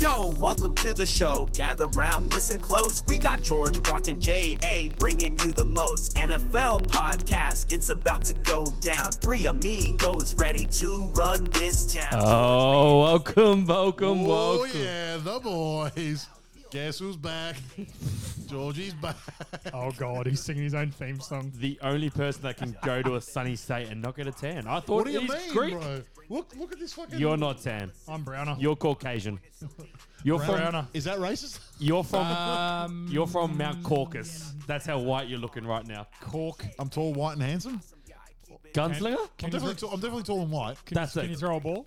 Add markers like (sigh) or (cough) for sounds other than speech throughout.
Yo, welcome to the show. Gather round, listen close. We got George, Watson, J.A. bringing you the most. NFL podcast, it's about to go down. Three amigos ready to run this town. Oh, welcome, welcome, Oh welcome. yeah, the boys. Guess who's back? Georgie's back. Oh god, he's singing his own theme song. The only person that can go to a sunny state and not get a tan. I thought What do you he's mean, Greek. bro? Look, look at this fucking. You're not tan. I'm Browner. You're Caucasian. You're from. Browner. Is that racist? You're from. Um, you're from Mount Caucasus. That's how white you're looking right now. cork. I'm tall, white, and handsome. Gunslinger. I'm Can, you, definitely, throw- tall, I'm definitely tall and white. can, That's you, it. can you throw a ball?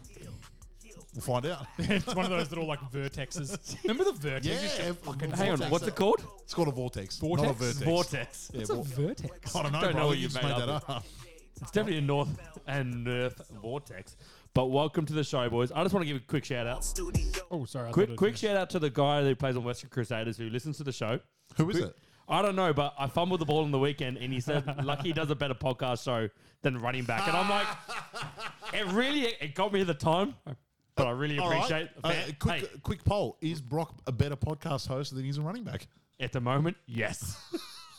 We'll find out. (laughs) it's one of those little like vertexes. Remember the vertex? Yeah, It's a just fucking- Hang on. vortex. What's it called? It's called a vortex, not a Vortex? vertex. Vortex. Yeah, What's a vor- vertex? I don't know, Don't bro. know I what think you you just made made that up. up. It's definitely a north and north vortex. But welcome to the show, boys. I just want to give a quick shout out. Studio. Oh, sorry. I thought Quick, it quick was- shout out to the guy who plays on Western Crusaders who listens to the show. Who is it? I don't know, but I fumbled the ball on the weekend, and he said, (laughs) "Lucky does a better podcast show than running back." And (laughs) I'm like, it really it got me at the time, but I really All right. appreciate. Uh, Hey, quick, quick poll: Is Brock a better podcast host than he's a running back? at the moment, yes. (laughs)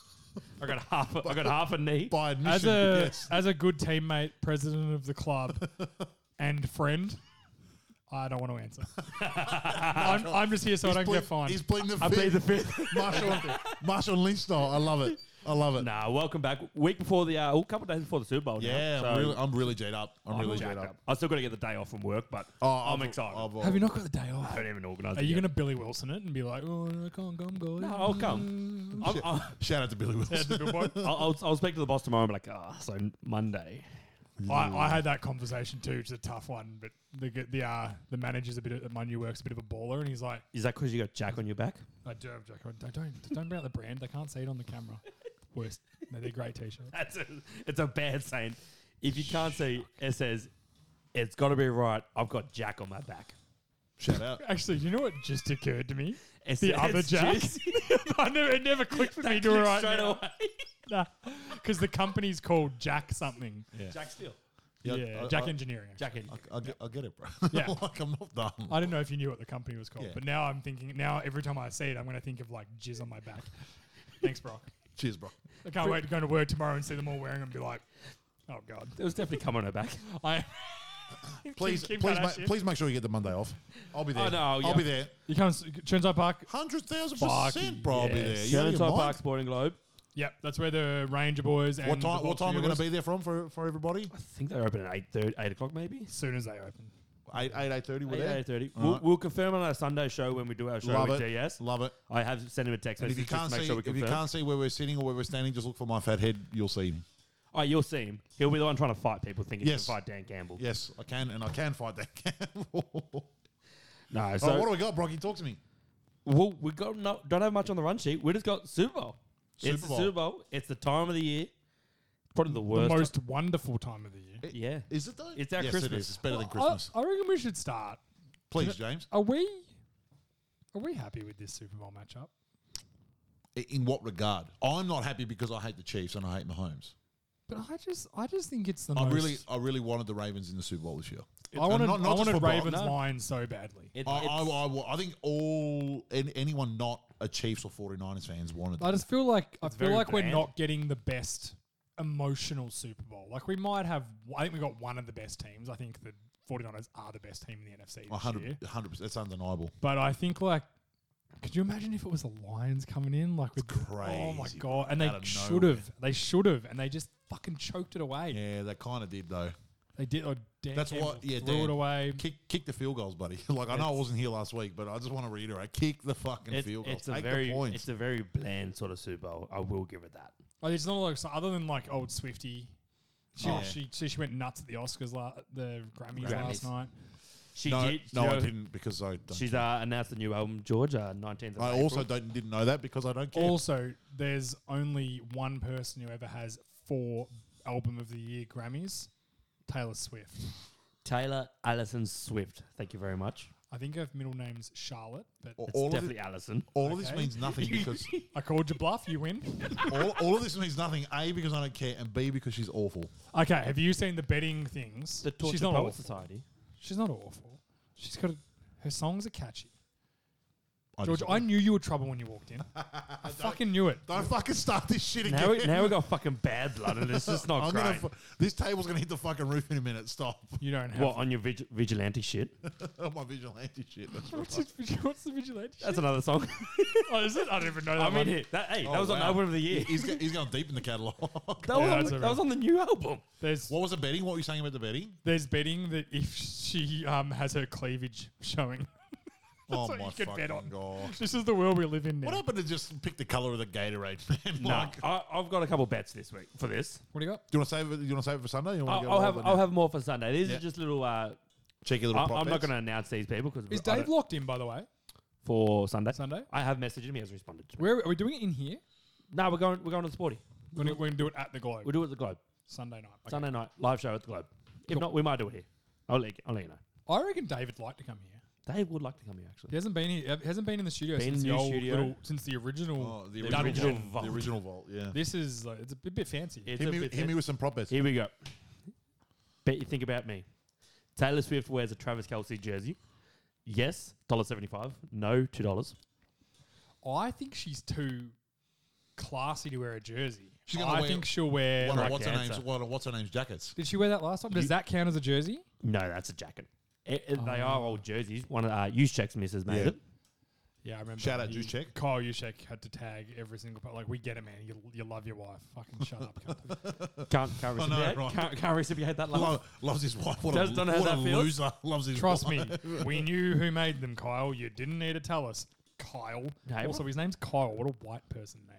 I got half. A, I got half a knee. By admission, As a yes. as a good teammate, president of the club, (laughs) and friend, I don't want (laughs) to answer. I'm, I'm just here so I don't Ple- get (laughs) fined. He's pleading the fifth. I played the fifth. (laughs) (laughs) Marshall, Marshall Lynch style. I love it. I love it. nah, welcome back. Week before the, uh, oh, couple days before the Super Bowl. now. Yeah, So I'm, really, I'm really J'd up. I'm, really jacked J'd up. up. I still got to get the day off from work, but Oh, I'm I've- excited. I've- Have you not got the day off? I haven't even organised. Are it you yet. going to Billy Wilson it and be like, oh, I can't come, guys? (laughs) No, I'll come. I'll, (laughs) I'll, Shout out to Billy Wilson. I'll, I'll, I'll speak to the boss tomorrow. and be like, ah, so Monday. I, I had that conversation too. It's a tough one, but the g- the uh, the manager's a bit of, at my new work's a bit of a baller, and he's like, Is that because you got Jack on your back? I do have Jack. Don't don't, don't bring out the brand. They can't see it on the camera. Worst. No, they're great t-shirts. (laughs) That's a, it's a bad saying. If you can't see, it says, it's got to be right. I've got Jack on my back. Shout out. Actually, you know what just occurred to me? It's The other Jack. (laughs) I never, it never clicked for me to right straight now. away. (laughs) Because the company's called Jack something. Yeah, Jack Steele. Yeah, I- Jack I- Engineering. actually. Jack in. I, I, get, I get it, bro. Yeah. (laughs) like I'm not dumb. I didn't know if you knew what the company was called, Yeah. but now I'm thinking. Now every time I see it, I'm going to think of like jizz on (laughs) my back. Thanks, Brock. Cheers, bro. I can't wait to go to work tomorrow and see them all wearing them and be like, oh god. It was definitely come on her (laughs) back. I Please, Kim please, ma- Kardashian. please make sure you get the Monday off. I'll be there. Oh, no, yeah. I'll be there. You come Turnside Park. Hundred thousand Fuck percent, bro. I'll be there. You out of Shannon your Type mind? Park Sporting Globe. Yep, that's where the Ranger boys and What the time? What time are we going Buccaneers- to be there from for, for everybody? I think they're open at 8, 30, 8 o'clock maybe. As soon as they open. Eight eight eight thirty. We're 8, there. 8.30. All We'll, right. we'll confirm on our Sunday show when we do our show Love with it. DS. Love it. I have sent him a text And message if you just can't to make see, sure we if you confirm. can't see where we're sitting or where we're standing, just look for my fat head. You'll see me. Oh, you'll see him. He'll be the one trying to fight people thinking he Yes. can fight Dan Campbell. Yes, I can, and I can fight that. (laughs) No, so so Oh, what do we got, Brocky? Talk to me. Well, we got no, don't have much on the run sheet. We just got Super Bowl. it's Super the Bowl. Super Bowl. It's the time of the year. Probably the The worst. most wonderful time of the year. yeah. Is it though? It's our yes, Christmas. It is. It's better than I- Christmas. I, reckon we should start. Please, James. Are we? Are we happy with this Super Bowl matchup? I- In what regard? I'm not happy because I hate the Chiefs and I hate Mahomes. But I just, I just think it's the I most. really, I really wanted the Ravens in the Super Bowl this year. I wanted, not- not I just wanted football. Ravens No. Lions so badly. It- I, it's- I, I, wa- I think all an- anyone not a Chiefs or 49ers fans wanted. I That. just feel like I feel very like we're bland. not getting the best emotional Super Bowl. Like we might have, I think we got one of the best teams. I think the 49ers are the best team in the NFC this year. 100 percent. That's undeniable. But I think like, could you imagine if it was the Lions coming in like with Oh my crazy, god! And they Out of should nowhere. have, they should have, and they just fucking choked it away. Yeah, they kind of did though. They did. Or Dan That's Campbell what. Yeah, threw it Dan, away. Kick, kick the field goals, buddy. (laughs) like I know I wasn't here last week, but I just want to reiterate: kick the fucking it's, field goals. it's a Take very the points. it's a very bland sort of Super Bowl. I will give it that. Like, it's not like so other than like old Swifty. She, Oh. she, she she went nuts at the Oscars, la- the Grammys, Grammys. last night. She no, did. no, you I know, didn't because I. Don't She's uh, announced the new album, Georgia, 19th. Of I April. also don't, didn't know that because I don't care. Also, there's only one person who ever has four album of the year Grammys, Taylor Swift. Taylor Allison Swift. Thank you very much. I think her middle name's Charlotte, but All- It's all of, definitely thi- Allison. all of this okay. (laughs) means nothing because I called you bluff. You win. all, all of this means nothing. A because I don't care, and B because she's awful. okay, have you seen the betting things? The Torture She's not Poet awful. Society. She's not awful. She's got a, her songs are catchy. I George, disagree. I knew you were trouble when you (laughs) walked in. I fucking knew it. Don't fucking start this shit (laughs) again. Now we, now we got fucking bad blood, and it's (laughs) just not I'm great. gonna fu- this table's gonna hit the fucking roof in a minute. Stop. (laughs) You don't have. what on your vig- vigilante shit? My vigilante (laughs) shit. That's What's, right. his, (laughs) what's the vigilante? That's another (laughs) song. oh, is it? I don't even know that I mean, one. here, that, hey, that Oh, was on wow. album of the (laughs) year. He's, go- he's going deep in the catalog. (laughs) what That, Yeah, was that's on, that all was right. on the new album. There's was the betting? What were you saying about the betting? there's betting that if she um, has her cleavage showing, (laughs) oh what my you could fucking bet on. gosh. this is the world we live in now. What happened to just pick the color of the Gatorade, (laughs) man? No, Like, I, I've got a couple bets this week for this. What do you got? do you want to save it? You want to save it for Sunday? You wanna I'll, go I'll over have it I'll now? have more for Sunday. These Yeah. are just little. Uh, cheeky I, little. prop I'm not bets. going to announce these people because Is Dave locked in, by the way? for Sunday? Sunday? I have messaged him. He hasn't responded. To me. Where are we doing it in here? No, we're going. We're going to the sporty. We're gonna, we're gonna do it at the Globe We'll do it at the Globe Sunday night. Okay. Sunday night live show at the Globe. If Cool. not, we might do it here. I'll let you, I'll let you know. I reckon David'd like to come here. Dave would like to come here actually. He hasn't been here. he Hasn't been in the studio Been since in the the old studio. little since the original. Oh, the original, Dutch original one. vault. The original vault. Yeah. This is like, it's a bit, bit fancy. It's Hit a me, bit hit me with some prop bets. Here we go. Bet you think about me. Taylor Swift wears a Travis Kelsey jersey. Yes, dollar seventy-five. No, two dollars. I think she's too classy to wear a jersey. She's gonna I wear think she'll wear. One of like- like what's her the name's answer. one of what's her name's jackets. did she wear that last time? Does that count as a jersey? No, that's a jacket. It- it- They are old jerseys. One of uh, use checks misses made Yeah. it. Yeah, I remember. Shout out he- Juszczyk. Kyle Juszczyk had to tag every single part. Like, we get it, man. You, you love your wife. Fucking shut up. cunt. Can't can't I recipreciate. know, right. can't, can't reciprociate that love. (laughs) Lo- loves his wife. What Does- a, don't know how what a that feels. loser. (laughs) Loves his (laughs) Trust wife. me, (laughs) we knew who made them, Kyle. You didn't need to tell us. Kyle. Hey, also, what- his name's Kyle. What a white person name.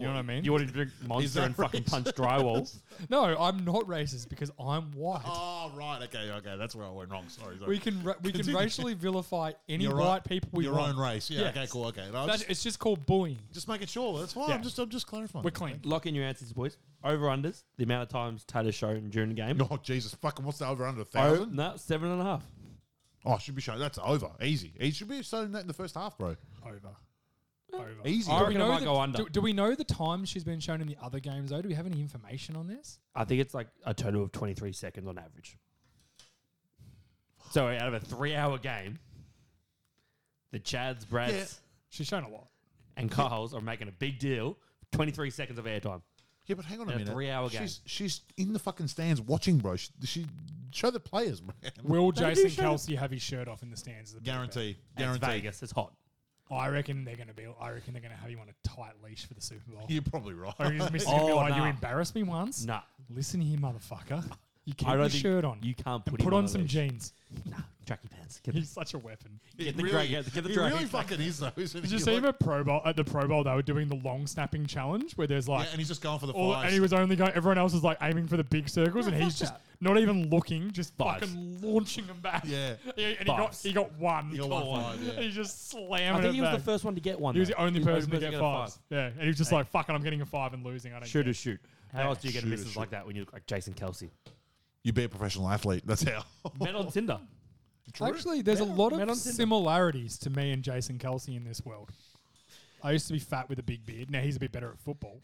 You know what I mean? You want to drink Monster that and fucking punch drywall. no, I'm not racist because I'm white. Oh right, okay, okay. That's where I went wrong. Sorry, sorry. we can ra- (laughs) we can Continue. racially vilify any Your own- white people we your want. own race. Yeah. Yes. Okay. Cool. Okay. No, I'm That's, just, it's just called bullying. just making sure. That's why Yeah. I'm just I'm just clarifying. We're clean. (laughs) Lock in your answers, boys. Over unders. The amount of times Taylor's shown during the game. (laughs) Oh Jesus! Fucking what's the over under Oh, a thousand? no, seven and a half. Oh, should be showing that's over. Easy. He should be showing that in the first half, bro. Over. Over. Easy. I Do reckon we, it know might the, go under. Do, do we know the time she's been shown in the other games though? Do we have any information on this? I think it's like a total of twenty three seconds on average. So out of a three hour game, the Chads, Brads, Yeah. She's shown a lot. and Kyles are making a big deal. Twenty three seconds of airtime. Yeah, but hang on a In a minute. three-hour game. She's she's in the fucking stands watching, bro. She, she show the players, man. Will do Jason show- Kelsey have his shirt off in the stands? is the big Guarantee. And It's Guarantee. Vegas. It's hot. bet. I reckon they're going to be. I reckon they're going to have you on a tight leash for the Super Bowl. You're probably right. I reckon his missus gonna (laughs) be Oh, like, you nah. embarrassed me once. Nah. Listen here, motherfucker. You keep I your don't think shirt on. you can't and put him put on on, a some leash. (laughs) jeans. Nah, tracky pants. Get the, He's such (laughs) a weapon. get the He drag. Get the, get the he drag. really fucking is though, isn't Did he? you see Like- him at Pro Bowl? At the Pro Bowl, they were doing the long snapping challenge where there's Yeah, like, and he's just going for the all, fives. and he was only going. Everyone else was like aiming for the big circles, and he's just not even looking, just Fives. fucking launching them back. Yeah. Yeah, and (laughs) he got Fives. he got one. He got Cool. one five, yeah. And (laughs) He just I slamming think it he was back. the first one to get one. he was though. the only He was person to get a fives. five. Yeah, and he was just like, "Fuck it, I'm getting a five and losing." I don't Shoot care. or shoot. How else do you get Shoot or misses shoot. like that when you look like Jason Kelsey? You be a professional athlete. That's (laughs) how. Met on Tinder. Actually, there's a lot men of on Tinder. similarities to me and Jason Kelsey in this world. I used to be fat with a big beard. Now he's a bit better at football.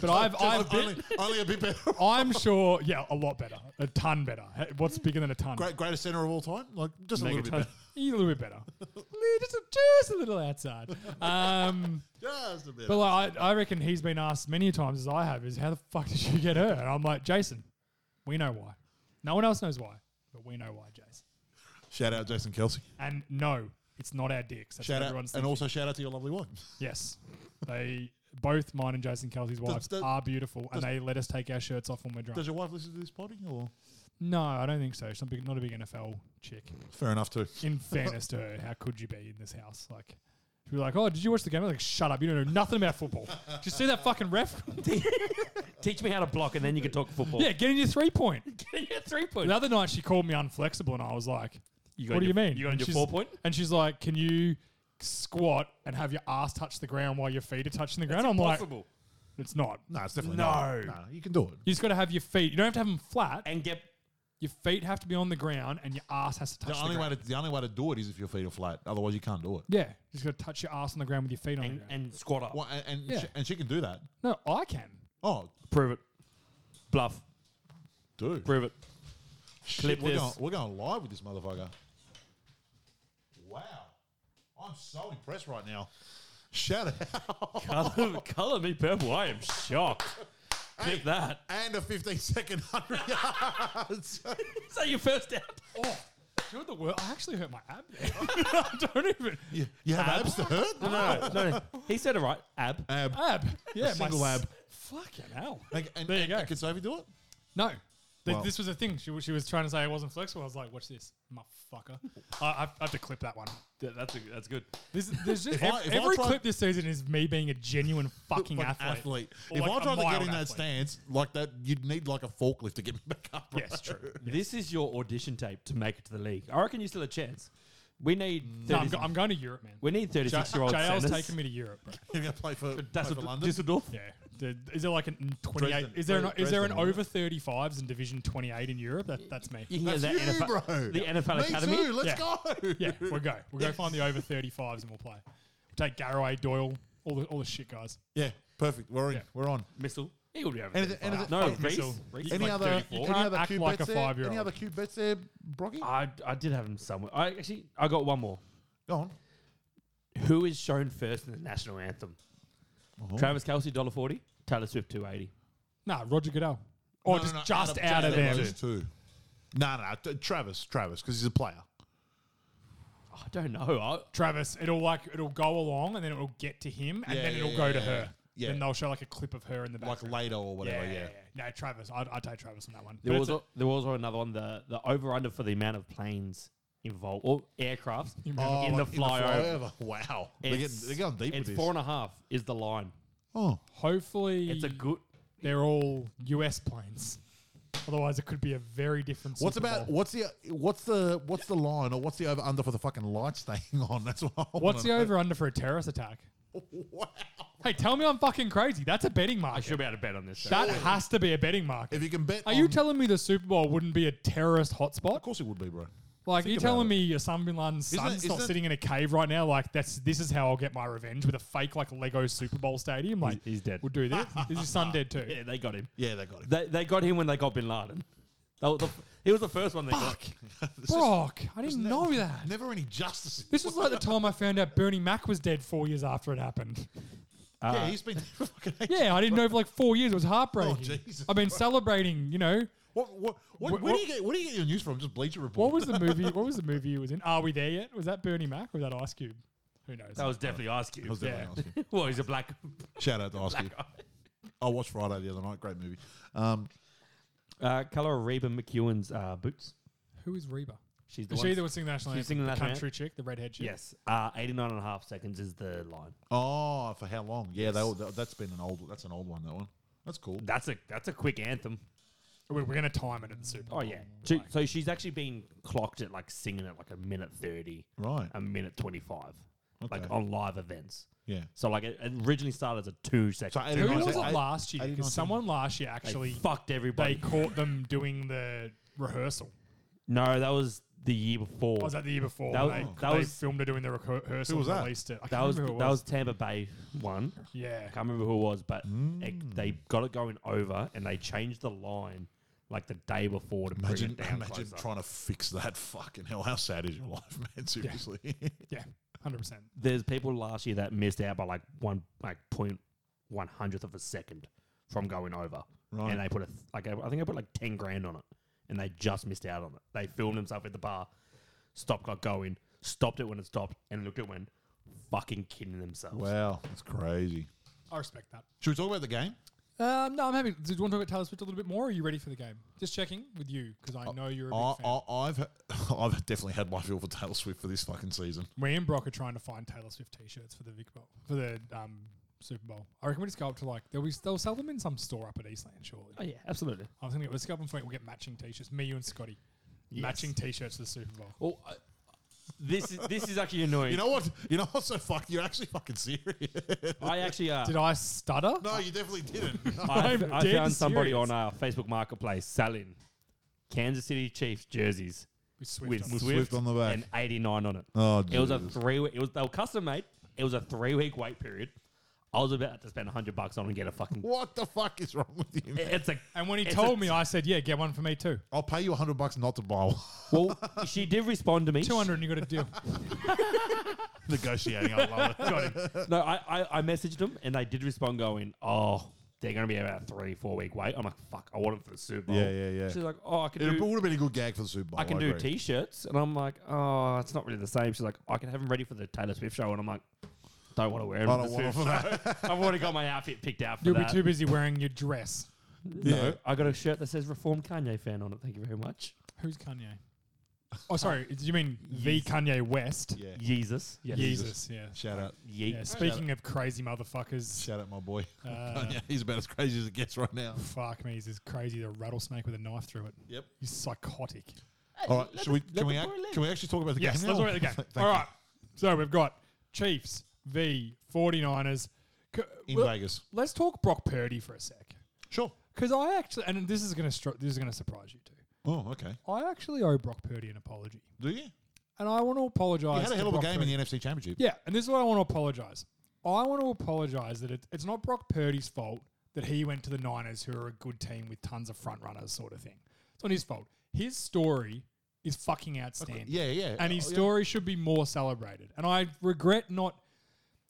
But I've, I've only, only a bit better. (laughs) (laughs) I'm sure, yeah, a lot better, a ton better. Hey, What's bigger than a ton? Great, greatest center of all time. Like just a little Megaton. bit He's (laughs) a little bit better, Li- just a, just a little outside. Um, better. (laughs) Just a bit. but like, I, I reckon he's been asked many times as I have, is how the fuck did you get her? And I'm like, Jason, we know why. No one else knows why, but we know why, Jason. shout out Jason Kelsey. And no, it's not our dicks. That's Shout what out everyone's and thinking. also shout out to your lovely wife. Yes. They both mine and Jason Kelsey's wives does- are beautiful and they let us take our shirts off when we're drunk. Does your wife listen to this potty or? no, I don't think so. She's not, big, not a big NFL chick. Fair enough too. In fairness to her, how could you be in this house? Like she'd be like, Oh, did you watch the game? I was like, shut up, you don't know nothing about football. Did you see that fucking ref? (laughs) Teach me how to block, and then you can talk football. (laughs) yeah, get in your three point. three point. The other night she called me unflexible and I was like, You What do you mean? You got And your she's- four point. And she's like, Can you squat and have your ass touch the ground while your feet are touching the ground? I'm Possible. like, It's not. No, it's definitely No. not. No, you can do it. You just got to have your feet. You don't have to have them flat. and get Your feet have to be on the ground and your ass has to touch The the, only way ground. to the only way to do it is if your feet are flat. Otherwise, you can't do it. yeah, you just got to touch your ass on the ground with your feet on the and, ground. and squat up. Well, and and, Yeah. she, and she can do that. no, I can. Oh, Prove it. Bluff. dude, Prove it. (laughs) Shit, clip we're this. Going, we're going live with this motherfucker. Wow, I I'm so impressed right now. Shout out. Color, color me purple. I am shocked. Clip (laughs) that. And a 15 second 100 (laughs) yards. Is that your first down? (laughs) Oh, you're the world. I actually hurt my ab. there. (laughs) I don't (laughs) even. you, you have Ab. abs to hurt? No, no, no. He said it right. Ab. Ab. Ab. Yeah, single my s- ab. Fucking hell. And, and, There you and, go. and Can Sophie do it? No. Th- Well. This was a thing. She, wa- she was trying to say I wasn't flexible. I was like, watch this, motherfucker. I, I, I have to clip that one. Yeah, that's, a, that's good. This, there's just I- ev- if I every tried- clip this season is me being a genuine fucking Like athlete. Or If like I a tried to get mild in that athlete. stance like that, you'd need like a forklift to get me back up. (laughs) Yes, true. This is your audition tape to make it to the league. I reckon you still have a chance. We need 30, No, I'm, go- I'm going to Europe, man. we need J- 36 year old JL's centers. taking me to Europe, (laughs) bro. You're going to play for, play for Dusseldorf- London? Dusseldorf. Yeah. The- Is there like an 28? Dresden. Is there an, is there an Dresden, isn't over 35s in Division 28 in Europe? That, that's me. You can That's get you, that NFL, bro. the NFL me Academy. too. Let's Yeah. go. Yeah, we'll go. We'll go find the over 35s and we'll play. We'll take Garraway, Doyle, all the all the shit guys. Yeah, perfect. We're in. Yeah. We're on. Missile. He would be over Anything- 35. anything- No, oh, Reese. Missile. Reese Any is like other, 34. any can't other act cute like bets a there? five-year-old. Any other cute bets there, Brocky? I, I did have him somewhere. I actually I got one more. Go on. Who is shown first in the national anthem? Oh. Travis Kelsey, dollar forty. Taylor Swift, two eighty. Nah, Roger Goodell. Or No, just, no, no, just out of them. those two. No, no, no, t- Travis, Travis, because he's a player. Oh, I don't know. I, Travis, it'll like it'll go along and then it'll get to him and Yeah, then yeah, it'll yeah, go yeah, to yeah. her. Yeah. Then they'll show like a clip of her in the back. Like later or whatever, yeah. No, Travis. I'd, I'd take Travis on that one. there But was it's a, there was also another one. The the over under for the amount of planes involved or aircrafts in, Oh, the In the flyover. flyover. Wow. They're, getting, It's- they're going deep It's with four this. and a half is the line. Oh, hopefully It's a good. they're all US planes. Otherwise it could be a very different what's Super about Bowl. what's the what's the what's the line or what's the over under for the fucking lights staying (laughs) on? That's what. I What's the wanna over under for a terrorist attack? know. (laughs) Wow. Hey, tell me I'm fucking crazy. That's a betting I market. should be able to bet on this. though. that has to be a betting market. If you can bet, Are you on- telling me the Super Bowl wouldn't be a terrorist hotspot? Um, Of course it would be, bro. Like, are you about telling it. me your son Bin Laden's Isn't it- son's not isn't it- sitting in a cave right now? Like, that's this is how I'll get my revenge with a fake like Lego Super Bowl stadium. Like, He's- he's dead. We'll do this. is your son dead too? (laughs) yeah, they got him. (laughs) Yeah, they got it. They, they got him when they got Bin Laden. They were the, he was the first one they (laughs) got. It's just Brock, I didn't know that. never any justice. This was like the time I found out Bernie Mac was dead four years after it happened. yeah, he's been there for fucking ages. Yeah, I didn't know for like four years. It was heartbreaking. Oh, Jesus I've been celebrating. You know, What, what, what, Wh- where, do what- you get, where do you get your news from? Just Bleacher Report. (laughs) what was the movie? What was the movie you was in? Are we there yet? Was that Bernie Mac or was that Ice Cube? Who knows? That was definitely Ice Cube. I was definitely asking. (laughs) well, he's a black. Shout out to Ice Cube. I watched Friday the other night. Great movie. Um, Uh, color of Reba McEwen's uh, boots. Who is Reba? She's the Is one. she that was singing the national She's anthem? singing the the national country chick, the redhead chick. yes, uh, 89 and a half seconds is the line. oh, for how long? Yeah, that, that, that's been an old. That's an old one. That one. That's cool. That's a that's a quick anthem. Oh, We're, we're going to time it at the Super Bowl. Oh yeah. She, so she's actually been clocked at like singing at like a minute thirty, Right. um, a minute twenty five, like Okay. on live events. Yeah. So like it it originally started as a two second. So two Yeah, Who I minute. was was it like, I- last year? I did not Because see- someone last year They actually fucked they everybody. caught them doing the rehearsal. no, that was the year before. Was that the year before? Oh, That when was- they, that they was- filmed her doing the reco- rehearsal. was and that? Released it. I that can't was remember who it that was Tampa Bay one. Yeah. can't remember who it was, but it, they got it going over and they changed the line like the day before to Imagine, bring it down imagine closer. trying to fix that. Fucking hell! How sad is your (laughs) life, man? Seriously. (laughs) Yeah, hundred percent. There's people last year that missed out by like one like point one hundredth of a second from going over, Right. and they put a th- like I think they put like ten grand on it, and they just missed out on it. They filmed themselves at the bar, stop got going, stopped it when it stopped, and looked at when fucking kidding themselves. wow, that's crazy. I respect that. Should we talk about the game? Um, no, I'm happy. Did you want to talk about Taylor Swift a little bit more? Or are you ready for the game? Just checking with you because Uh, I know you're a big I, fan. I, I've (laughs) I've definitely had my feel for Taylor Swift for this fucking season. We and Brock are trying to find Taylor Swift T-shirts for the Vic Bowl for the um, Super Bowl. I reckon we just go up to like they'll be, they'll sell them in some store up at Eastland. Surely, Oh yeah, absolutely. I was gonna get, let's go up and find we'll get matching T-shirts. Me, you, and Scotty, matching T-shirts for the Super Bowl. Well, I, this is this is actually annoying. (laughs) You know what? You know what's so fuck? You're actually fucking serious. (laughs) I actually uh, Did I stutter? no, you definitely didn't. I, (laughs) I'm I dead found somebody serious. on our Facebook Marketplace selling Kansas City Chiefs jerseys With Swift with on Swift, them. Swift on the back. and 89 on it. Oh, it was a Jesus. three. It was they were custom made. It was a three week wait period. I was about to spend 100 bucks on and get a fucking. (laughs) What the fuck is wrong with you? (laughs) It's a. And when he It's told a- me, I said, "Yeah, get one for me too. I'll pay you hundred bucks not to buy one. (laughs) (laughs) Well, she did respond to me. Two hundred, and you (laughs) got a deal." Negotiating, I love it. No, I, I, I messaged them and they did respond going, oh, they're going to be about a three, four week wait. I'm like, fuck, I want them for the Super Bowl. Yeah, yeah, yeah. She's like, oh, I can (laughs) It do, would have been a good gag for the Super Bowl. I can do agree. t-shirts. And I'm like, oh, it's not really the same. She's like, I can have them ready for the Taylor Swift show. And I'm like, don't want to wear them. for I don't the want it Swift for show. (laughs) that. I've already got my outfit picked out for You'll be that. too busy wearing your dress. Yeah. No, I got a shirt that says Reformed Kanye fan on it. Thank you very much. Who's Kanye? Oh, sorry. Uh, Do you mean the Kanye West? Yeah. Jesus. Yes. Jesus, yeah. Shout out. Ye- Yeah, speaking of crazy motherfuckers, Shout out my boy. (laughs) (laughs) Uh, Kanye. He's about as crazy as it gets right now. fuck me, he's as crazy as a rattlesnake with a knife through it. Yep. He's psychotic. All right. Should we, Uh, let can, we the act, boy live. can we actually talk about the Yes, game? let's now? look at the game. (laughs) Thank All you. right. So we've got Chiefs v 49ers. C- In well, Vegas. Let's talk Brock Purdy for a sec. Sure. Because I actually, and this is going to this is going to surprise you too. Oh, okay. I actually owe Brock Purdy an apology, Do you? You and I want to apologize. had a to hell of a Brock game Purdy. in the NFC Championship. Yeah, and this is what I want to apologize. I want to apologize that it, it's not Brock Purdy's fault that he went to the Niners, who are a good team with tons of front runners, sort of thing. It's not his fault. His story is fucking outstanding. Yeah, yeah. And his Oh, yeah. story should be more celebrated. And I regret not.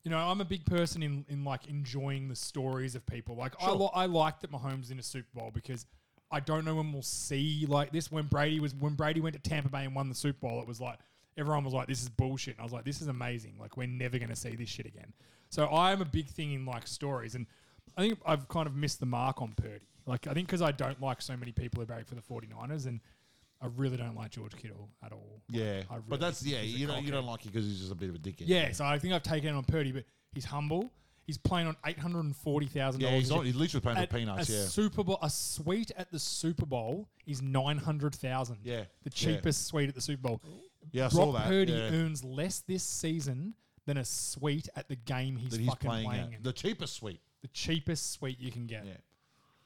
You know, I'm a big person in, in like enjoying the stories of people. Like I, li- I like that Mahomes in a Super Bowl because I don't know when we'll see like this. When Brady was when Brady went to Tampa Bay and won the Super Bowl, it was like everyone was like, "This is bullshit." And I was like, "This is amazing." Like we're never going to see this shit again. So I am a big thing in like stories, and I think I've kind of missed the mark on Purdy. Like I think because I don't like so many people who vote for the 49ers, and I really don't like George Kittle at all. Yeah, I really but that's yeah. think he's a You don't you cockhead. don't like it because he's just a bit of a dickhead. Yeah, so I think I've taken it on Purdy, but he's humble. He's playing on eight hundred and forty thousand yeah. dollars. He's, not, he's literally paying for peanuts. a Yeah, Super Bowl, a suite at the Super Bowl is nine hundred thousand. Yeah, the yeah. cheapest suite at the Super Bowl. yeah. I Brock saw that. Purdy yeah. earns less this season than a suite at the game he's, that he's fucking playing, playing, at. in. The, the cheapest suite. cheapest suite you can get. Yeah,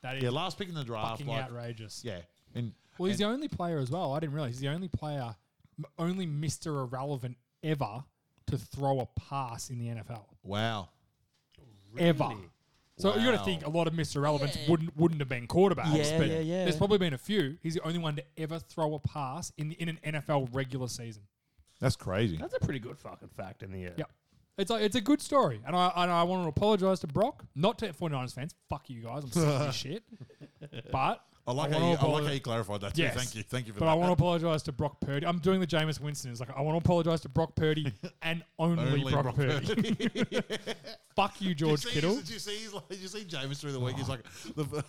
That is yeah. Last pick in the draft. fucking like, outrageous. Yeah, and Well, he's the only player as well. I didn't realize he's the only player, m- only Mister Irrelevant ever to throw a pass in the NFL. wow. ever. So you got to Wow. think a lot of Mr. Relevance wouldn't wouldn't have been quarterbacks, Yeah, but yeah, yeah. there's probably been a few. He's the only one to ever throw a pass in the, in an NFL regular season. That's crazy. That's a pretty good fucking fact in the air. Yep. It's like it's a good story, and I and I want to apologize to Brock, not to 49ers fans. Fuck you guys, I'm sick (laughs) of this shit. But I like how wanna you, I like apolog- how you clarified that. Yes. Too. Thank you. Thank you for But that. I want to apologize to Brock Purdy. I'm doing the Jameis Winston. It's like I want to apologize to Brock (laughs) Purdy and only, Only Brock, Brock Purdy. (laughs) Fuck Did you, you George see- Kittle. Did you see? He's like, did you see James through the week? He's like the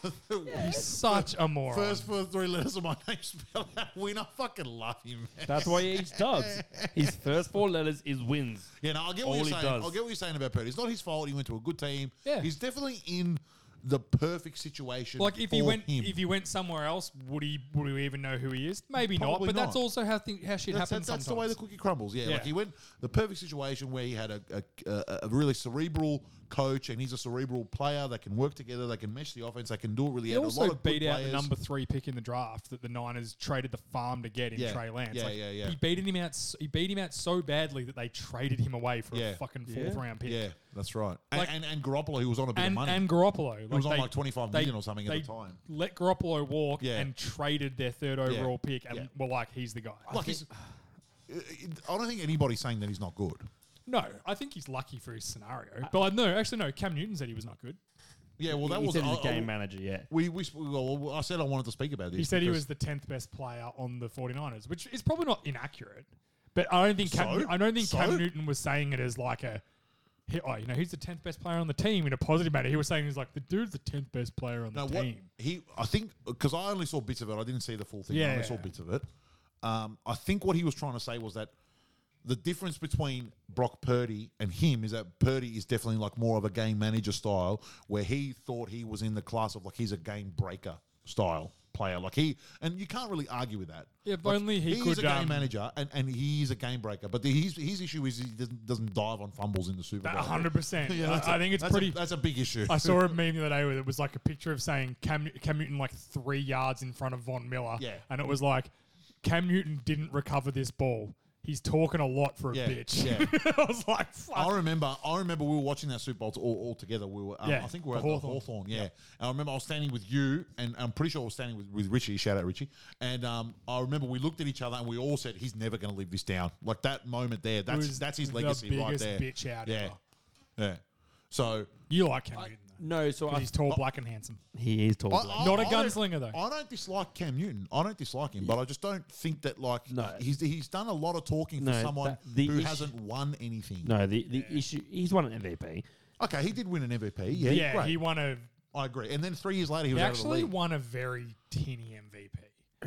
He's such a moron. first four three letters of my name spell out win. I fucking love you, man. That's why he does. (laughs) His first four letters is wins. Yeah, no, I'll get All what you're he saying. does. I'll get what you're saying about Purdy. It's not his fault. He went to a good team. Yeah. he's definitely in the perfect situation. Like if he for went, him. if he went somewhere else, would he would we even know who he is? Maybe not. Probably But that's not. also how thing, how shit that's, happens. that's the way sometimes. the cookie crumbles. Yeah, Yeah. like he went the perfect situation where he had a, a, a, a really cerebral coach and he's a cerebral player. They can work together. They can mesh the offense. They can do it really. he had a lot also of good beat out the players. number three pick in the draft that the Niners traded the farm to get in Yeah. Trey Lance. Yeah, Like, yeah, yeah. He beat him out. s- He beat him out so badly that they traded him away for a Yeah. fucking fourth round pick. Yeah, that's right. Like- and, and and Garoppolo, who was on a bit of And money, and Garoppolo, like was on they- like 25 they- million or something at they the time. Let Garoppolo walk Yeah. and traded their third overall pick, and Yeah. were like, he's the guy. like he's, I don't think anybody's saying that he's not good. no, I think he's lucky for his scenario. But like, no, actually, no. Cam Newton said he was not good. Yeah, well, that he was said he's I- a game I, manager, yeah. We, we, sp- well, I said I wanted to speak about this. He said he because- was the tenth best player on the 49ers, which is probably not inaccurate. But I don't think Cam, So? I don't think Cam So? Newton was saying it as like a, he, oh, you know, he's the tenth best player on the team in a positive manner. He was saying he's like the dude's the tenth best player on the No, what team. he, I think, because I only saw bits of it. I didn't see the full thing. I Yeah. only saw bits of it. Um, I think what he was trying to say was that the difference between Brock Purdy and him is that Purdy is definitely like more of a game manager style, where he thought he was in the class of like he's a game breaker style player. Like he, and you can't really argue with that. Yeah, if Like, only he is could, a game um, manager, and, and he is a game breaker. But the, his his issue is he doesn't, doesn't dive on fumbles in the Super Bowl. hundred percent. (laughs) Yeah, that's a- I I think it's that's a- pretty. that's a big issue. (laughs) I saw a meme the other day where it was like a picture of saying Cam, Cam Newton like three yards in front of Von Miller. Yeah. And it was like, Cam Newton didn't recover this ball. he's talking a lot for a Yeah, bitch. yeah. (laughs) I was like, fuck. I remember, I remember we were watching that Super Bowl t- all, all together. We were, um, Yeah, I think we were the at Hawthorne. Hawthorn. the Hawthorne, yeah. And I remember I was standing with you, and I'm pretty sure I was standing with, with Richie. Shout out Richie. And um, I remember we looked at each other and we all said, "He's never going to live this down." Like that moment there, that's was that's his the legacy right biggest there. bitch out yeah, ever. yeah. So you like Cam Newton, though. No, so 'Cause I, he's tall, black, and handsome. he is tall. I- black. I- Not a I don't- gunslinger, though. I don't dislike Cam Newton. I don't dislike him, but I just don't think that like No. he's he's done a lot of talking for No, someone that- the who issue- hasn't won anything. no, the, the issue he's won an MVP. Okay, he did win an MVP. Yeah, Yeah, great. he won a. I agree. And then three years later, he He was out of the actually league. won a very teeny MVP.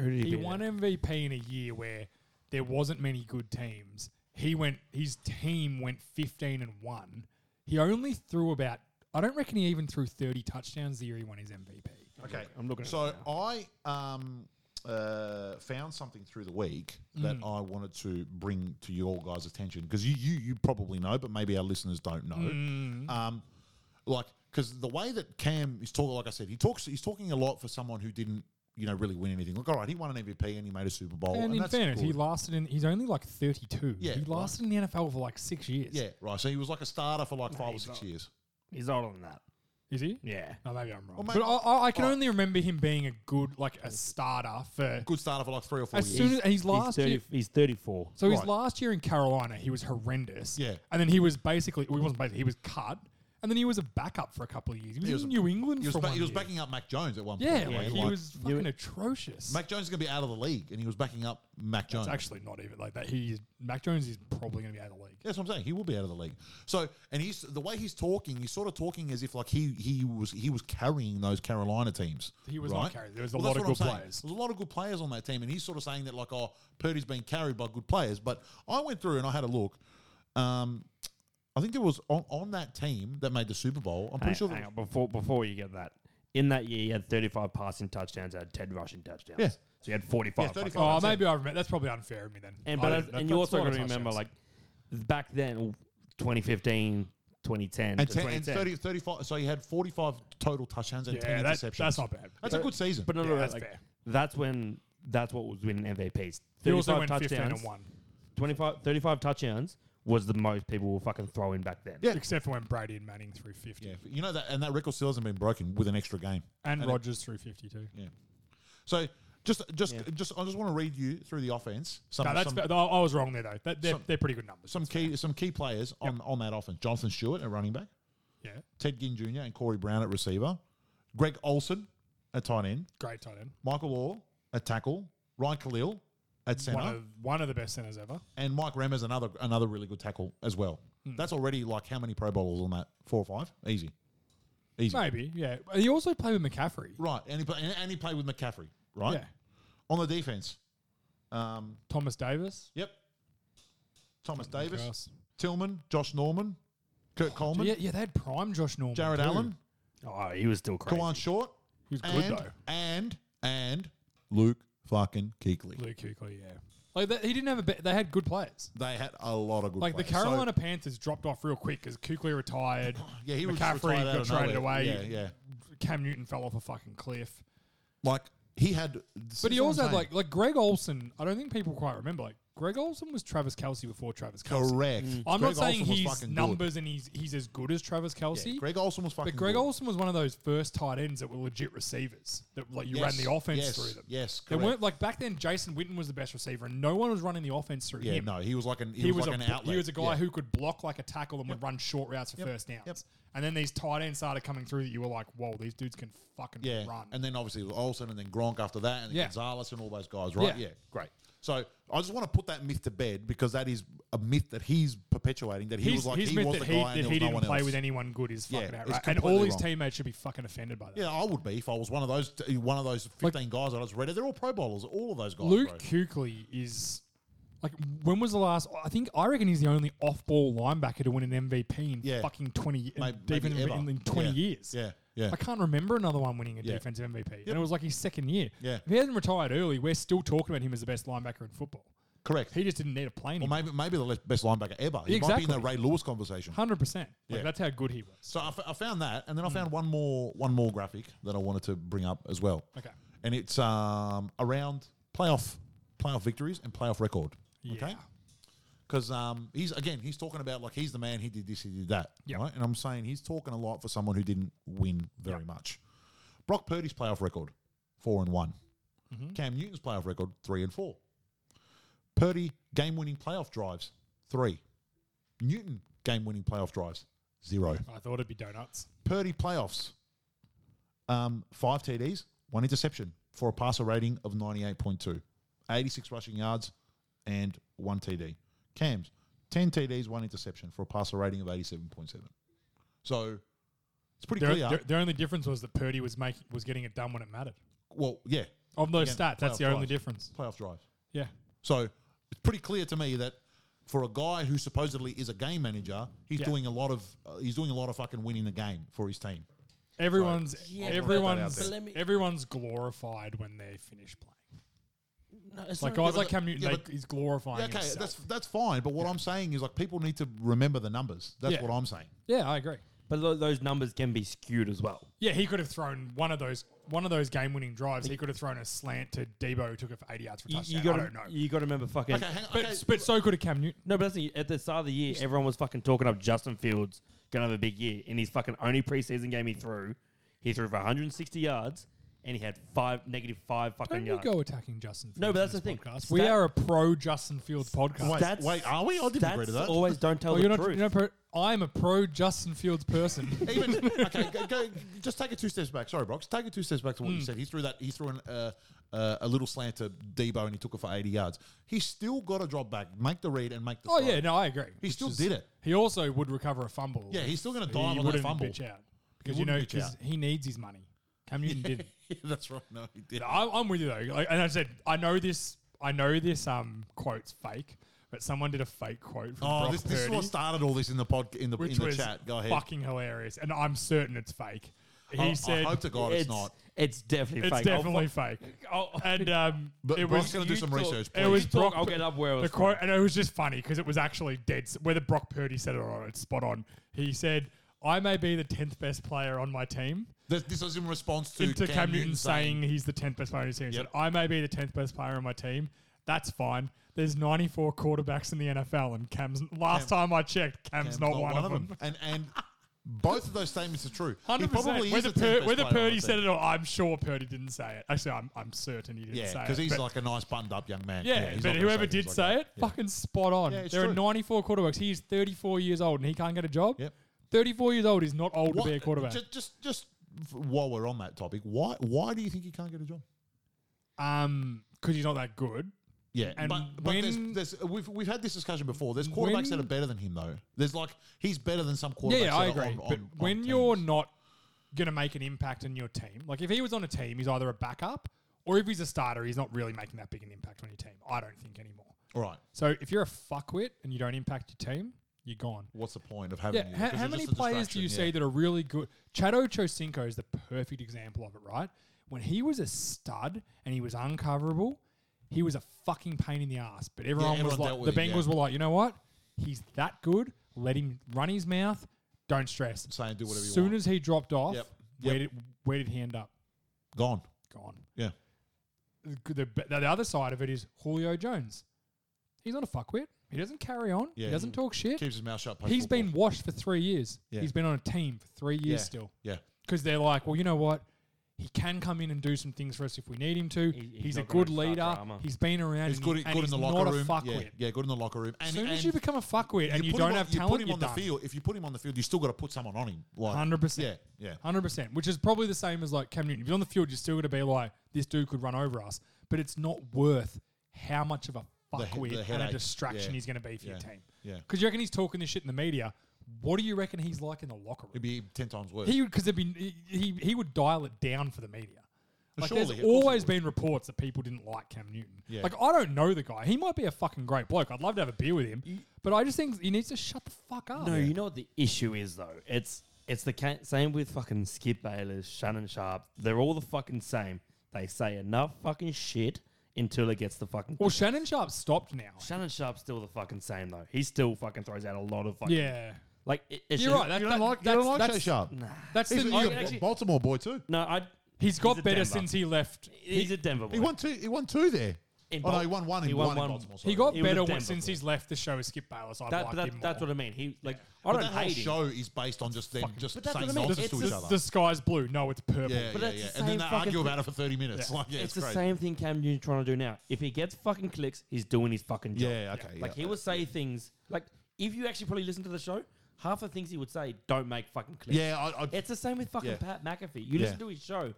Who did He beat won then? MVP in a year where there wasn't many good teams. He went. His team went fifteen and one. He only threw about. I don't reckon he even threw thirty touchdowns the year he won his MVP. Okay, I'm looking at So it I um, uh, found something through the week that Mm. I wanted to bring to your guys' attention because you, you you probably know, but maybe our listeners don't know. Mm. Um, like because the way that Cam is talking, like I said, he talks he's talking a lot for someone who didn't you know really win anything. Like all right, he won an MVP and he made a Super Bowl, And, and, in that's fairness, he good. lasted in. He's only like thirty-two. Yeah, he right. lasted in the NFL for like six years. yeah, right. So he was like a starter for like five or he's six not. years. He's older than that. is he? Yeah. No, maybe I'm wrong. Well, but maybe- I, I, I can oh. only remember him being a good, like a starter for. Good starter for like three or four As years. soon as his he's, last 30, year, he's 34. so his Right. last year in Carolina, he was horrendous. Yeah. and then he was basically well, he wasn't basically he was cut, and then he was a backup for a couple of years. He was, He was in a- New England he was, for ba- one he was year. backing up Mac Jones at one point. Yeah, like, like, he like- was fucking atrocious. Mac Jones is going to be out of the league, and he was backing up Mac Jones. it's actually not even like that. He is, Mac Jones is probably going to be out of the league. That's what I'm saying. He will be out of the league. So, and he's the way he's talking. He's sort of talking as if like he he was he was carrying those Carolina teams. He was right? not carried. There was a Well, lot that's what of I'm good saying. players. There's a lot of good players on that team, and he's sort of saying that like, oh, Purdy's been carried by good players. But I went through and I had a look. Um, I think there was on, on that team that made the Super Bowl. I'm pretty Hang- sure. hang That, on, before before you get that, in that year he had 35 passing touchdowns, had 10 rushing touchdowns. Yeah. So he had 45. Yeah, 35. fucking- Oh, that's maybe I remember. That's probably unfair of me then. And I but don't- as- Oh, that- and you that's also a lot got of to remember touchdowns. like back then 2015, 2010 and, to 10, and 2010. 30, 35. So he had 45 total touchdowns and 10 yeah, that, interceptions. that's not bad. That's a good season. But no, no, Yeah, no, that's like, fair. that's when that's what was winning MVPs. 35 He also went touchdowns, 15 and one, 25, 35 touchdowns was the most people were fucking throwing back then. Yeah. except for when Brady and Manning threw 50 yeah, you know that, and that record still hasn't been broken with an extra game. and, And it- Rogers threw 52. So just just Yeah. just I just want to read you through the offense. Some No, that's some, fair. I I was wrong there though. That, they're, some- they're pretty good numbers. some key some key players on, on that offense. Jonathan Stewart at running back, yeah, Ted Ginn Jr. and Corey Brown at receiver, Greg Olson at tight end, great tight end. Michael Orr at tackle, Ryan Khalil at center, One of one of the best centers ever. and Mike Remmers another another really good tackle as well. Hmm. That's already like how many Pro Bowlers on that? Four or five, easy, easy. Maybe, yeah. He also played with McCaffrey, Right, and he, play- and, and he played with McCaffrey, right? Yeah. On the defense, um, Thomas Davis. yep. Thomas Davis, Gross. Tillman, Josh Norman, Kurt Coleman, Yeah, yeah, they had prime Josh Norman. Jared too. Allen, Oh, he was still crazy. Kawan Short, He was good and, though. and and Luke fucking Keekley. Luke Kuechly, yeah. Like that, he didn't have a. Be- they had good players. They had a lot of good. Like the players. So, Carolina Panthers dropped off real quick because Kuechly retired. (coughs) yeah, he was just McCaffrey retired out got of traded nowhere. away. Yeah, yeah. Cam Newton fell off a fucking cliff. Like he had, But he also had like like Greg Olson. I don't think people quite remember. Like Greg Olson was Travis Kelsey before Travis Kelsey. correct. Mm. I'm Greg not saying Olsen was he's fucking good. numbers and he's he's as good as Travis Kelsey. Yeah, Greg Olson was fucking. but Greg good. Olson was one of those first tight ends that were legit receivers that like you Yes, ran the offense yes, through them. yes, they correct. weren't like back then. Jason Witten was the best receiver, and no one was running the offense through Yeah, him. no, he was like an he, He, was, was, like a, an outlet. he was a guy Yeah. who could block like a tackle and would run short routes for first downs. yep. And then these tight ends started coming through that you were like, whoa, these dudes can fucking Yeah, run. and then obviously it was Olsen, and then Gronk after that, and then Yeah. Gonzalez, and all those guys, right? Yeah. Yeah. great. So I just want to put that myth to bed because that is a myth that he's perpetuating. That he He's was like his he myth was that the he, guy, and that there he was no didn't one play else. with anyone good is Yeah, fucking it's outright. And all completely his wrong. teammates should be fucking offended by that. Yeah, I would be if I was one of those t- one of those fifteen guys I just read. They're all Pro Bowlers, all of those guys. Luke bro. Kuechly is like when was the last? I think I reckon he's the only off-ball linebacker to win an MVP in Yeah. fucking twenty, May- in- even maybe in, ever. in twenty Yeah. years. Yeah, yeah. I can't remember another one winning a Yeah. defensive MVP, and it was like his second year. Yeah. If he hadn't retired early, we're still talking about him as the best linebacker in football. Correct. He just didn't need a play or anymore. maybe maybe the le- best linebacker ever. He might be in Exactly. the Ray Lewis conversation. Hundred percent. Like Yeah. that's how good he was. So I, f- I found that, and then Hmm. I found one more one more graphic that I wanted to bring up as well. Okay. and it's um, around playoff playoff victories and playoff record. Okay, Yeah. because um, he's again he's talking about like he's the man. He did this. He did that. Yeah. Right. And I'm saying he's talking a lot for someone who didn't win very much. Brock Purdy's playoff record four and one. Mm-hmm. Cam Newton's playoff record three and four. Purdy game winning playoff drives three. Newton game winning playoff drives zero. I thought it'd be donuts. Purdy playoffs. Um, five TDs, one interception for a passer rating of 98.2, 86 rushing yards, and one TD. Cams, 10 TDs, one interception for a passer rating of 87.7. So it's pretty The, clear. the- the only difference was that Purdy was making was getting it done when it mattered. well, yeah, Of those Again, stats, that's the playoff only drives. difference. playoff drive. Yeah. So it's pretty clear to me that for a guy who supposedly is a game manager, he's Yeah. doing a lot of uh, he's doing a lot of fucking winning the game for his team. Everyone's Yeah, but everyone's let me- everyone's glorified when they finish playing. No, it's Like not guys but- like Cam Newton, yeah, they, but- he's glorifying Yeah, okay, himself. that's that's fine. But what I'm saying is like people need to remember the numbers. That's Yeah. what I'm saying. yeah, I agree. But tho- those numbers can be skewed as well. Yeah, he could have thrown one of those one of those game winning drives. He could have thrown a slant to Debo, who took it for eighty yards for a You, touchdown. you got I don't to know. you got to remember fucking. Okay, hang on. but okay. but so could have Cam Newton. No, but that's the, at the start of the year, everyone was fucking talking up Justin Fields gonna have a big year. In his fucking only preseason game, he threw, he threw for 160 yards, and he had five negative five fucking Don't you yards. go attacking Justin? Fields No, but in that's this the thing. Podcast. Stat- we are a pro Justin Fields podcast. Wait, Stats- wait, are we? I didn't agree to stats that. Always don't tell Oh, the you're not, truth. you're not pro, I'm a pro Justin Fields person. Even (laughs) okay, go, go, just take it two steps back. Sorry, Brox. Take it two steps back to what Hmm. you said. He threw that. He threw an, uh, uh, a little slant to Debo, and he took it for eighty yards. He's still got to drop back, make the read, and make the. oh throw. yeah, no, I agree. he Which still is- did it. He also would recover a fumble. Yeah, he's still going to He dive on that wouldn't fumble. bitch out because you know wouldn't bitch 'cause out. he needs his money. Cam (laughs) Newton didn't. (laughs) Yeah, that's right. No, he did. I, I'm with you though. Like, and I said, I know this. I know this um quote's fake, but someone did a fake quote from Oh, Brock this, this Purdy, is what started all this in the pod in the which in the was chat. Go ahead. Oh, fucking hilarious, and I'm certain it's fake. He I- said, I hope to God it's, not. It's definitely "It's fake. definitely fake." I'll, fu- I'll- (laughs) And um, But it Brock's was gonna do you some thought- research, It please. was You talk, Brock. I'll get up where it the was quote, and it was just funny because it was actually dead. s- Whether Brock Purdy said it or not, it's spot on. He said, "I may be the tenth best player on my team." This, this was in response to into Cam, Newton, saying he's the tenth best player on his team. He Yep. Said, I may be the tenth best player on my team. That's fine. There's 94 quarterbacks in the NFL, and Cam's last time I checked, Cam's, Cam's not, one, of them. (laughs) And and both of those statements are true. He 100%. probably is whether, the 10th Pur- best whether player on the Purdy team. said it or I'm sure Purdy didn't say it. Actually, I'm, I'm certain he didn't Yeah, say it. because he's but- like a nice buttoned up young man. yeah, he's but not gonna whoever say things did like say that. it, fucking spot on. Yeah, it's there true. are 94 quarterbacks. He is 34 years old and he can't get a job. Yep. 34 years old is not old What- to be a quarterback. Just, just, just f- while we're on that topic, why, why do you think he can't get a job? um, because he's not that good. Yeah, And but, but when- there's, there's, we've we've had this discussion before. There's quarterbacks that When- are better than him, though. There's like he's better than some quarterbacks. Yeah, yeah, I that are agree. on- but on- on when you're teams. not going to make an impact on your team, like if he was on a team, he's either a backup or if he's a starter, he's not really making that big an impact on your team. I don't think anymore. all right, So if you're a fuckwit and you don't impact your team, you're gone. what's the point of having? Yeah, you? how, Because how it's many just a players do distraction, you see yeah. that are really good? Chado Chosinko is the perfect example of it, right? When he was a stud and he was uncoverable, he was a fucking pain in the ass. But everyone was everyone like, dealt the with it, Bengals yeah. were like, you know what? He's that good. Let him run his mouth. Don't stress. Say and do whatever you Soon want. as he dropped off, Yep. Where, Yep. did, where did he end up? gone? Gone. Yeah, The, the, the other side of it is Julio Jones. He's not a fuckwit. He doesn't carry on. Yeah. He doesn't talk shit. keeps his mouth shut. post He's football. been washed for three years. Yeah. He's been on a team for three years yeah. still. Yeah, Because they're like, well, you know what? He can come in and do some things for us if we need him to. He- He's, he's a not gonna good start leader. drama. He's been around. he's and- good. and good in he's the locker not room. a fuckwit. Yeah, yeah, good in the locker room. And, As soon and as you become a fuckwit and you, put him don't on- have you talent, put him you're on done. the field. If you put him on the field, you still got to put someone on him. Like 100%. Yeah, yeah. Hundred percent, which is probably the same as like Cam Newton. If you're on the field, you're still going to be like, this dude could run over us, but it's not worth how much of a The he- fuckwit the and a headache. distraction Yeah. he's going to be for your Yeah. team. Yeah. because you reckon he's talking this shit in the media. What do you reckon he's like in the locker room? It'd be ten times worse. He would because he, he he would dial it down for the media. Like surely, of there's course he always would. been reports that people didn't like Cam Newton. Yeah. Like I don't know the guy. He might be a fucking great bloke. I'd love to have a beer with him, but I just think he needs to shut the fuck up. No, you know what the issue is though. It's it's the ca- same with fucking Skip Bayless, Shannon Sharp. They're all the fucking same. They say enough fucking shit until it gets the fucking. Well, Shannon Sharp stopped now. (laughs) Shannon Sharp's still the fucking same though. He still fucking throws out a lot of fucking. Yeah, Like it, it's you're just- right. That, you that- don't like, you that's- don't like Shay that's- Sharp. That's He's, the, a, new- he's a actually- Baltimore boy too. No, I. he's got a better Denver. since he left. He's a Denver boy. He won two. He won two there. In Oh no, Bal- he won one in, He won one, one. in Baltimore. He sorry. got He was better a when, Denver since boy. he's left the show as Skip Bayless. I've That, liked but that, him that's more. what I mean. He like But I that don't whole hate him. show is based on just them just But that's saying what I mean. nonsense It's to each just- other. The sky's blue. No, it's purple. yeah, But that's the yeah, yeah. And then same they fucking argue thing. about it for thirty minutes. Like, yeah, it's, it's, the crazy. same thing Cam Newton's trying to do now. If he gets fucking clicks, he's doing his fucking job. Yeah, okay. Like yeah. he would say things like if you actually probably listen to the show, half the things he would say don't make fucking clicks. Yeah, I, I, It's the same with fucking Yeah. Pat McAfee. You listen Yeah. to his show,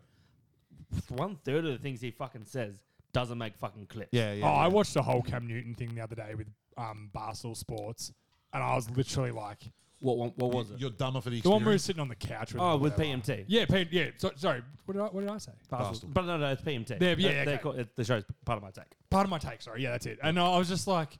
one third of the things he fucking says doesn't make fucking clicks. yeah, yeah. oh, I yeah. watched the whole Cam Newton thing the other day with um, Barstool Sports, and I was literally like, What what, what was it? You're dumber for the the one where he's experience. sitting on the couch with. Oh, him or with whatever. PMT. Yeah, P- yeah. So, sorry, what did I, what did I say? Parcels. Barstool. But no, no, it's PMT. There- yeah, They- they okay. call it- the show's part of my take. Part of my take. Sorry, yeah, that's it. And I was just like,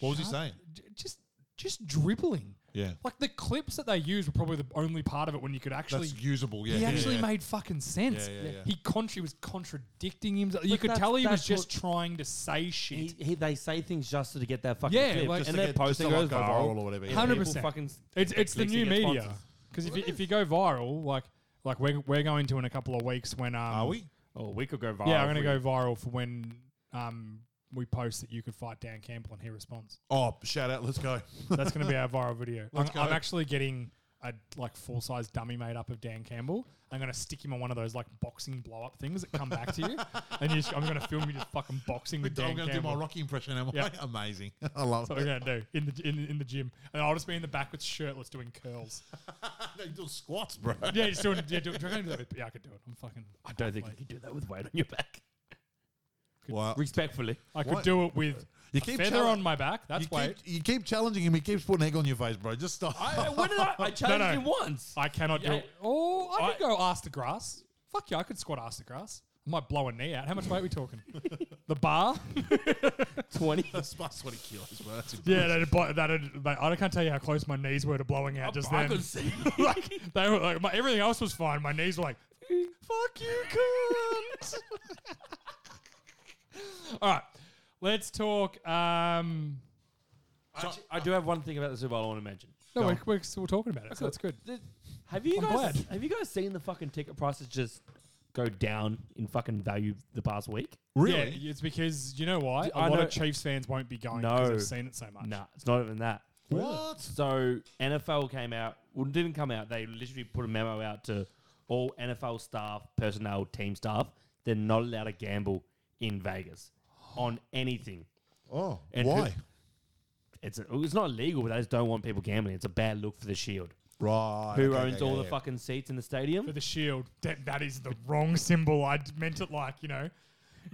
What was he "Shut- saying? j- Just, just dribbling. Yeah. Like the clips that they used were probably the only part of it when you could actually That's usable. Yeah, he yeah, actually yeah. made fucking sense. Yeah, yeah, yeah. He, con- he was contradicting himself. you But could that's- tell he was that's just what- trying to say shit. He, he, they say things just to get that fucking Yeah, clip. like- Just and to their get- posting just to, goes like, go viral viral. or whatever, And yeah. people 100%. fucking s- it's it's the clicks new and get media. sponsors. Because if you, if you go viral, like like we're, we're going to in a couple of weeks when um Are we? Oh, we could go viral. yeah I'm gonna if go we- viral for when um we post that you could fight Dan Campbell and he responds. Oh, shout out. Let's go. (laughs) That's gonna be our viral video. I'm, Let's go. I'm actually getting a like full size dummy made up of Dan Campbell. I'm gonna stick him on one of those like boxing blow up things that come back (laughs) to you, and you just, I'm gonna film you just fucking boxing with Dan I'm going to do my Campbell. Rocky impression. Am Yeah. I? (laughs) Amazing. I love That's what we're gonna do in the in, in the gym, and I'll just be in the back with shirtless doing (laughs) curls. (laughs) They do squats, bro. (laughs) Yeah, just doing. Yeah, do, do I do that with, yeah, I could do it. I'm fucking. I don't think you could do that with weight on your back. Well, (laughs) Respectfully. I could What? do it with You a keep feather challenge- on my back. you, That's weight. keep, you keep challenging him. He keeps putting egg on your face, bro. Just stop. (laughs) I, when did (laughs) I? I challenged no. him once. I cannot do Yeah. it. Oh, I could I- go ask the grass. Fuck yeah, I could squat ask the grass. I might blow a knee out. How much weight are we (laughs) talking? the bar? 20. (laughs) That's about 20 kilos, bro. That's (laughs) Yeah, that'd, blo- that'd, mate, I can't tell you how close my knees were to blowing out just I then. could see. (laughs) like, they were like, my, everything else was fine. My knees were like, fuck you, cunt. (laughs) All right, let's talk. Um, Actually, I do have one thing about the Super Bowl I want to mention. no, we're, we're still talking about it, so that's good. The- Have you I'm guys glad. have you guys seen the fucking ticket prices just go down in fucking value the past week? Really? Yeah, it's because, you know why? A I lot know- of Chiefs fans won't be going No. because they've seen it so much. Nah, it's not even that. What? So NFL came out, well, it didn't come out. They literally put a memo out to all NFL staff, personnel, team staff. They're not allowed to gamble in Vegas on anything. Oh, And why? It's it's not illegal, but they just don't want people gambling. It's a bad look for the Shield, right. who okay, owns yeah, all yeah, the yeah. fucking seats in the For stadium. the shield, that, that is the wrong symbol. I d- meant it like, you know.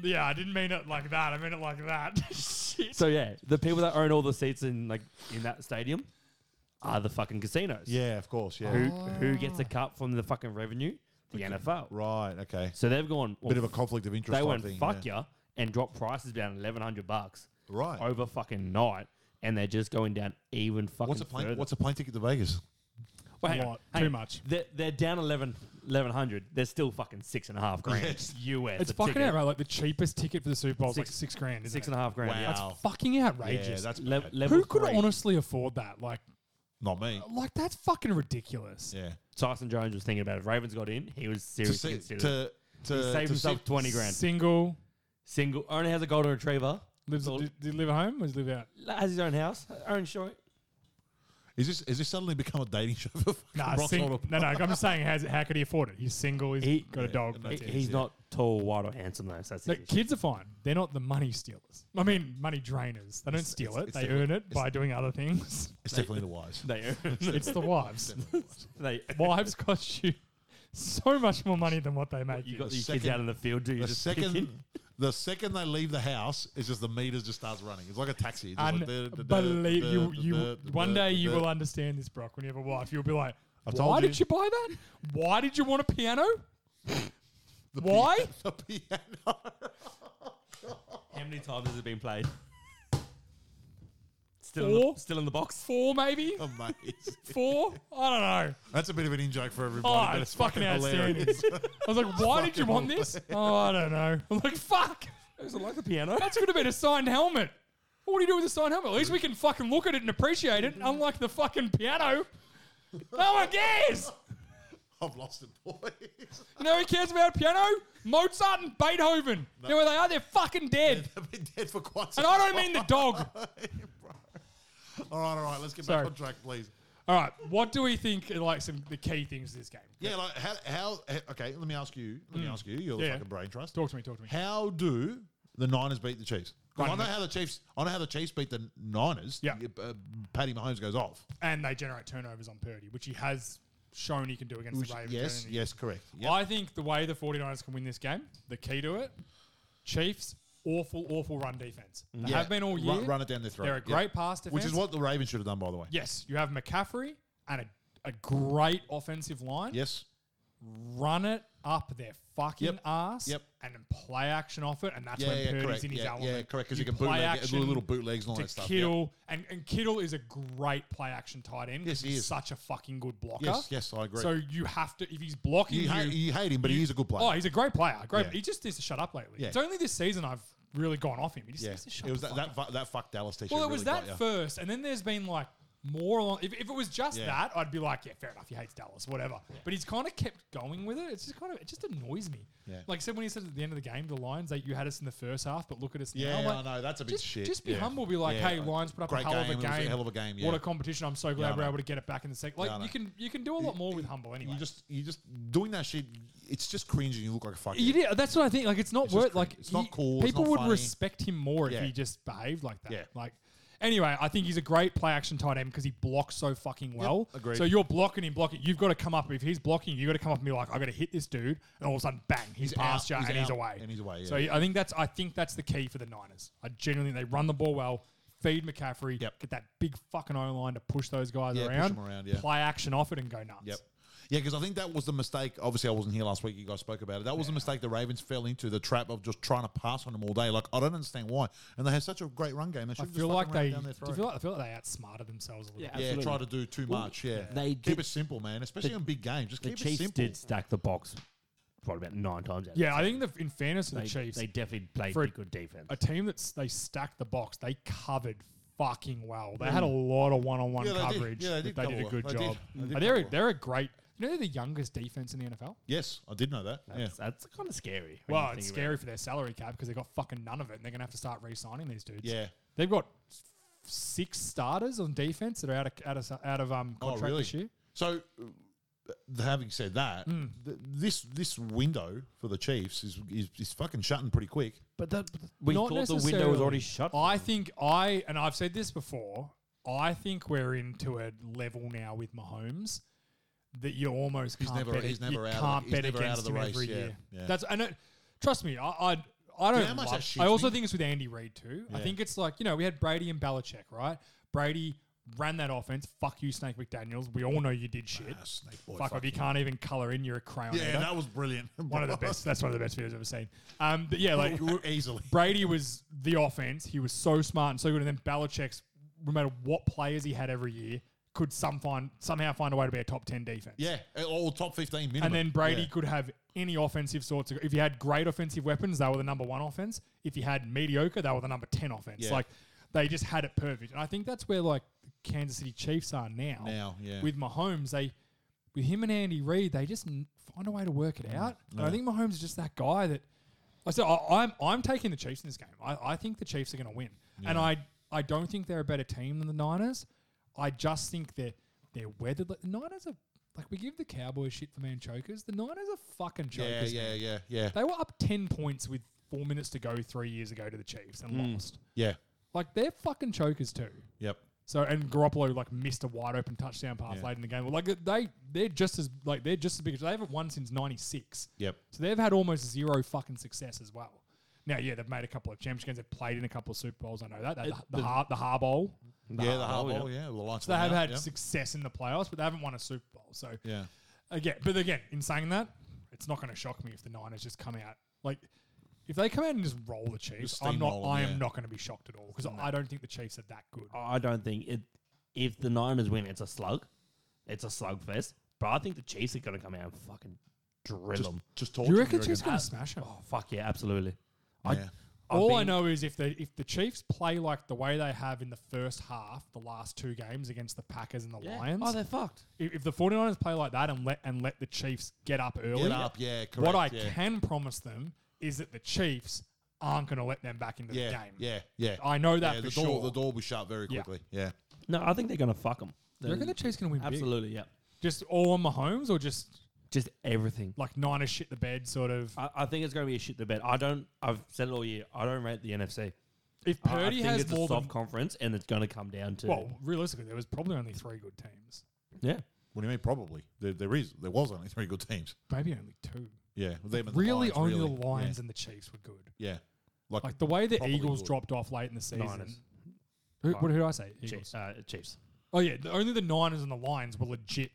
Yeah, I didn't mean it like that. I meant it like that. (laughs) Shit. So yeah, the people that own all the seats in like in that stadium are the fucking casinos. Yeah, of course. Yeah. Who who gets a cut from the fucking revenue? The NFL. Right. Okay. So they've gone well, Bit of a conflict of interest. they type went thing, fuck yeah. ya and dropped prices down eleven hundred bucks Right. over fucking night, and they're just going down even fucking. What's a plane? further. What's a plane ticket to Vegas? Well, hang A on, lot. hang Too on. much. They're, they're down 11, 1100. They're still fucking six and a half grand (laughs) Yes. US. It's a fucking ticket. outright. Like the cheapest ticket for the Super Bowl is like Six- six grand. Isn't Six it? and a half grand. yeah. Wow. That's fucking outrageous. that's Le- bad. level Who could three. honestly afford that? Like, not me. like that's fucking ridiculous. Yeah. Tyson Jones was thinking about it. Ravens got in. He was To seriously see, considering. to to, he to saved himself see- twenty grand. Single Single. Only has a golden retriever. lives. All- Did, did he live at home or does he live out? Has his own house. Own show. Is this is this suddenly become a dating (laughs) show for fucking Nah, Brock's sing- Auto- no, no. I'm just saying, how's it, how could he afford it? He's single. He's He- got a dog. no, that's he- it. He's yeah. not tall, wide, or handsome though. So that's The his issue. kids are fine. They're not the money stealers. I mean, money drainers. They don't It's- steal it's- it. it's They different. earn it It's- by doing other things. It's definitely the wise. (laughs) They, it's the wives. they, (laughs) wives cost you so much more money than what they make. you got The these kids second- out in the field. Do you The just (laughs) second, picking? the second they leave the house, it's just the meters just starts running. It's like a taxi. It's just like da- da- da- Unbelievable. da- You, da- you, da- da- one day da- you da- will understand this, Brock, when you have a wife. You'll be like, I've why told did you buy that? Why did you want a piano? Why? (laughs) The piano. (laughs) How many times has it been played? (laughs) Still, in Four? the, still in the box. Four, maybe? Oh, Amazing. Four? I don't know. That's a bit of an in joke for everybody, Oh, but it's, it's fucking, outstanding. hilarious. (laughs) I was like, why did you fucking want this? Oh, I don't know. I'm like, fuck. Is it like the piano? That's going to be a signed helmet. What do you do with a signed helmet? At least we can fucking look at it and appreciate it, unlike the fucking piano. No one cares. (laughs) I've lost it, boys. You know who cares about piano? Mozart and Beethoven. You know where they are? They're fucking dead. (laughs) I've been dead for quite some And I don't mean the dog. All right, all right. Let's get Sorry. back on track, please. All right, what do we think are like some the key things of this game? Yeah, like how, how? he- Okay, let me ask you. Let me ask you. You're the Mm. Yeah. fucking brain trust. Talk to me, talk to me. How do the Niners beat the Chiefs? 'Cause I Running know it. how the Chiefs. I know how the Chiefs beat the Niners. Yeah. uh, Patty Mahomes goes off. And they generate turnovers on Purdy, which he has shown he can do against Which- the Ravens. yes, and he- yes, correct. Yep. I think the way the 49ers can win this game, the key to it, Chiefs, awful, awful run defense. They Yeah. have been all year. Mm-hmm. Run, run it down their throat. They're a Yep. great pass defense. Which is what the Ravens should have done, by the way. Yes, you have McCaffrey and a, a great offensive line. Yes. Run it up their fucking Yep. ass Yep. and then play action off it. And that's Yeah, when yeah, Purdy's correct. in his Yeah, element. yeah, correct, 'cause he You can bootleg play it, action little- little bootlegs and all to that stuff, Kittle, and, and Kittle is a great play action tight end. 'cause Yes, he he's is. such a fucking good blocker. Yes, yes, I agree. So you have to, if he's blocking You, you, ha- you hate him, but he is a good player. Oh, he's a great player. Great. Yeah. He just needs to shut up lately. Yeah. It's only this season I've really gone off him. He just yeah. needs to shut It was the that that, fuck fu- that fuck Dallas team. well, it was that first, and then there's been like more along. If, if it was just Yeah. that, I'd be like, yeah, fair enough. He hates Dallas, whatever. But he's kind of kept going with it. It's just kind of it just annoys me. Yeah. Like I said, when he said at the end of the game, the Lions that you had us in the first half, but look at us now. Yeah, I'm I like, know. That's a bit just, shit. just be Yeah. humble. Be like, Yeah, hey, I- Lions put up a great hell of game. a It game. was a hell of a game, yeah. What a competition! I'm so glad I we're know. able to get it back in the second. Like Yeah, I know. you can you can do a lot more with humble anyway. You just, you just doing that shit. It's just cringe, and you look like a fucking. You did. That's what I think. Like, it's not just worth. cringe. Like, It's not he- cool, it's People not would funny. respect him more Yeah. if he just behaved like that. Yeah. Like, anyway, I think he's a great play action tight end because he blocks so fucking well. agreed. So you're blocking him, blocking. You've got to come up. If he's blocking, you got to come up and be like, I got to hit this dude, and all of a sudden, bang, he's, He's past out, you, he's and he's out, away. and he's away, So yeah. I think that's. I think that's the key for the Niners. I genuinely think they run the ball well. Feed McCaffrey. Yep. Get that big fucking O line to push those guys Yeah, push around. them around, yeah. Play action off it and go nuts. Yep. Yeah, because I think that was the mistake. Obviously, I wasn't here last week. You guys spoke about it. That was the mistake the Ravens fell into the trap of just trying to pass on them all day. Like I don't understand why. And they had such a great run game. They I should feel like they. down their do you throat. feel like, I feel like they outsmarted themselves a little. Yeah, bit. yeah, Absolutely. try to do too much. Yeah, they keep did- it simple, man. Especially in big games, just The keep Chiefs it simple. did stack the box probably about nine times. Out Yeah, I think the, in fairness to they, the Chiefs, they definitely played For a- pretty good defense. a team that's they stacked the box, they covered fucking well. They had a Mm. lot of one-on-one Yeah, they did. coverage. Yeah, they that did a cover good well. They job. did. They did Uh, they're a, cover well. they're a great. You know, they're the youngest defense in the NFL. Yes, I did know that. yeah. That's, that's kind of scary. when you Well, it's think about scary for their salary cap because they've got fucking none of it, and they're gonna have to start re-signing these dudes. Yeah. they've got s- six starters on defense that are out of out of out of um Oh, contract really? this year. Hmm. So, uh, having said that, th- this this window for the Chiefs is is, is fucking shutting pretty quick. But that, we Not thought the window was necessarily. already shut. I think I and I've said this before. I think we're into a level now with Mahomes that you almost He's can't never- bet. he's it- never you out of the- can't he's bet never out against of the him race, every yeah, year. yeah. That's and it, trust me. I I, I don't. how much that love, shits I also me? think it's with Andy Reid too. I think it's like you know we had Brady and Belichick, right? Brady ran that offense. Fuck you, Snake McDaniel's. We all know you did shit. Snake boy, Fuck off! You can't even color in. You're a crayon. Yeah, eater. that was brilliant. (laughs) one of the best. That's one of the best videos I've ever seen. Um, but yeah, like w- Easily. Brady was the offense. He was so smart and so good. And then Belichick's, no matter what players he had every year, could some find somehow find a way to be a top ten defense. Yeah, or top fifteen minimum. And then Brady Yeah. could have any offensive sorts of. If he had great offensive weapons, they were the number one offense. If he had mediocre, they were the number ten offense. Yeah. Like they just had it perfect. And I think that's where like the Kansas City Chiefs are now. Now, yeah. With Mahomes, they with him and Andy Reid, they just n- find a way to work it out. Mm. And I think Mahomes is just that guy that. I said I, I'm I'm taking the Chiefs in this game. I, I think the Chiefs are going to win, and I I don't think they're a better team than the Niners. I just think they're they're weathered. Like, the Niners are like we give the Cowboys shit for man chokers. The Niners are fucking Yeah, chokers. yeah, man. yeah, yeah, They were up ten points with four minutes to go three years ago to the Chiefs and Hmm. lost. yeah. Like they're fucking chokers too. Yep. So and Garoppolo like missed a wide open touchdown pass late in the game. Well, like they they're just as like they're just as big as they haven't won since '96. Yep. So they've had almost zero fucking success as well. Now, yeah, they've made a couple of championship games. They've played in a couple of Super Bowls. I know that They had the the Har- the Har Bowl. Yeah, the hard yeah. ball. Yeah, the lights. So they have had yeah. success in the playoffs, but they haven't won a Super Bowl. So Yeah. again, but again, in saying that, it's not going to shock me if the Niners just come out like if they come out and just roll the Chiefs. Just I'm not. steamroll 'em, I yeah. am not going to be shocked at all because I don't think the Chiefs are that good. I don't think it. If the Niners win, it's a slug. It's a slugfest. But I think the Chiefs are going to come out and fucking drill Just, them. just torture. Do you them, reckon Chiefs reckon? Oh, going to smash them? Fuck yeah, absolutely. Yeah. I All I being- know is if the if the Chiefs play like the way they have in the first half, the last two games against the Packers and the Lions, Oh, they're fucked. if, if the 49ers play like that and let and let the Chiefs get up early, Get up, yeah, correct. what I yeah. can promise them is that the Chiefs aren't going to let them back into yeah, the game. yeah, yeah. I know that yeah, for the door, sure. The door will shut very Yeah. quickly. Yeah. No, I think they're going to fuck them. Do you reckon the Chiefs going to win big? Absolutely, yeah. Just all on Mahomes or just Just everything. like Niners shit the bed sort of? Uh, I, I think it's going to be a shit to bet. I don't. I've said it all year. I don't rate the NFC. If I- I Purdy think has it's more a soft than conference, and it's going to come down to well, realistically, there was probably only three good teams, yeah. What do you mean? Probably there, there is. There was only three good teams. maybe only two. Yeah, them and the Really, Lions, only really. the Lions and the Chiefs were good. Yeah, yeah. Like, Like the way the Probably Eagles good. dropped off late in the season. Niners. Who, what did I say? Eagles. Chiefs, uh, Chiefs. Oh yeah, the, only the Niners and the Lions were legit,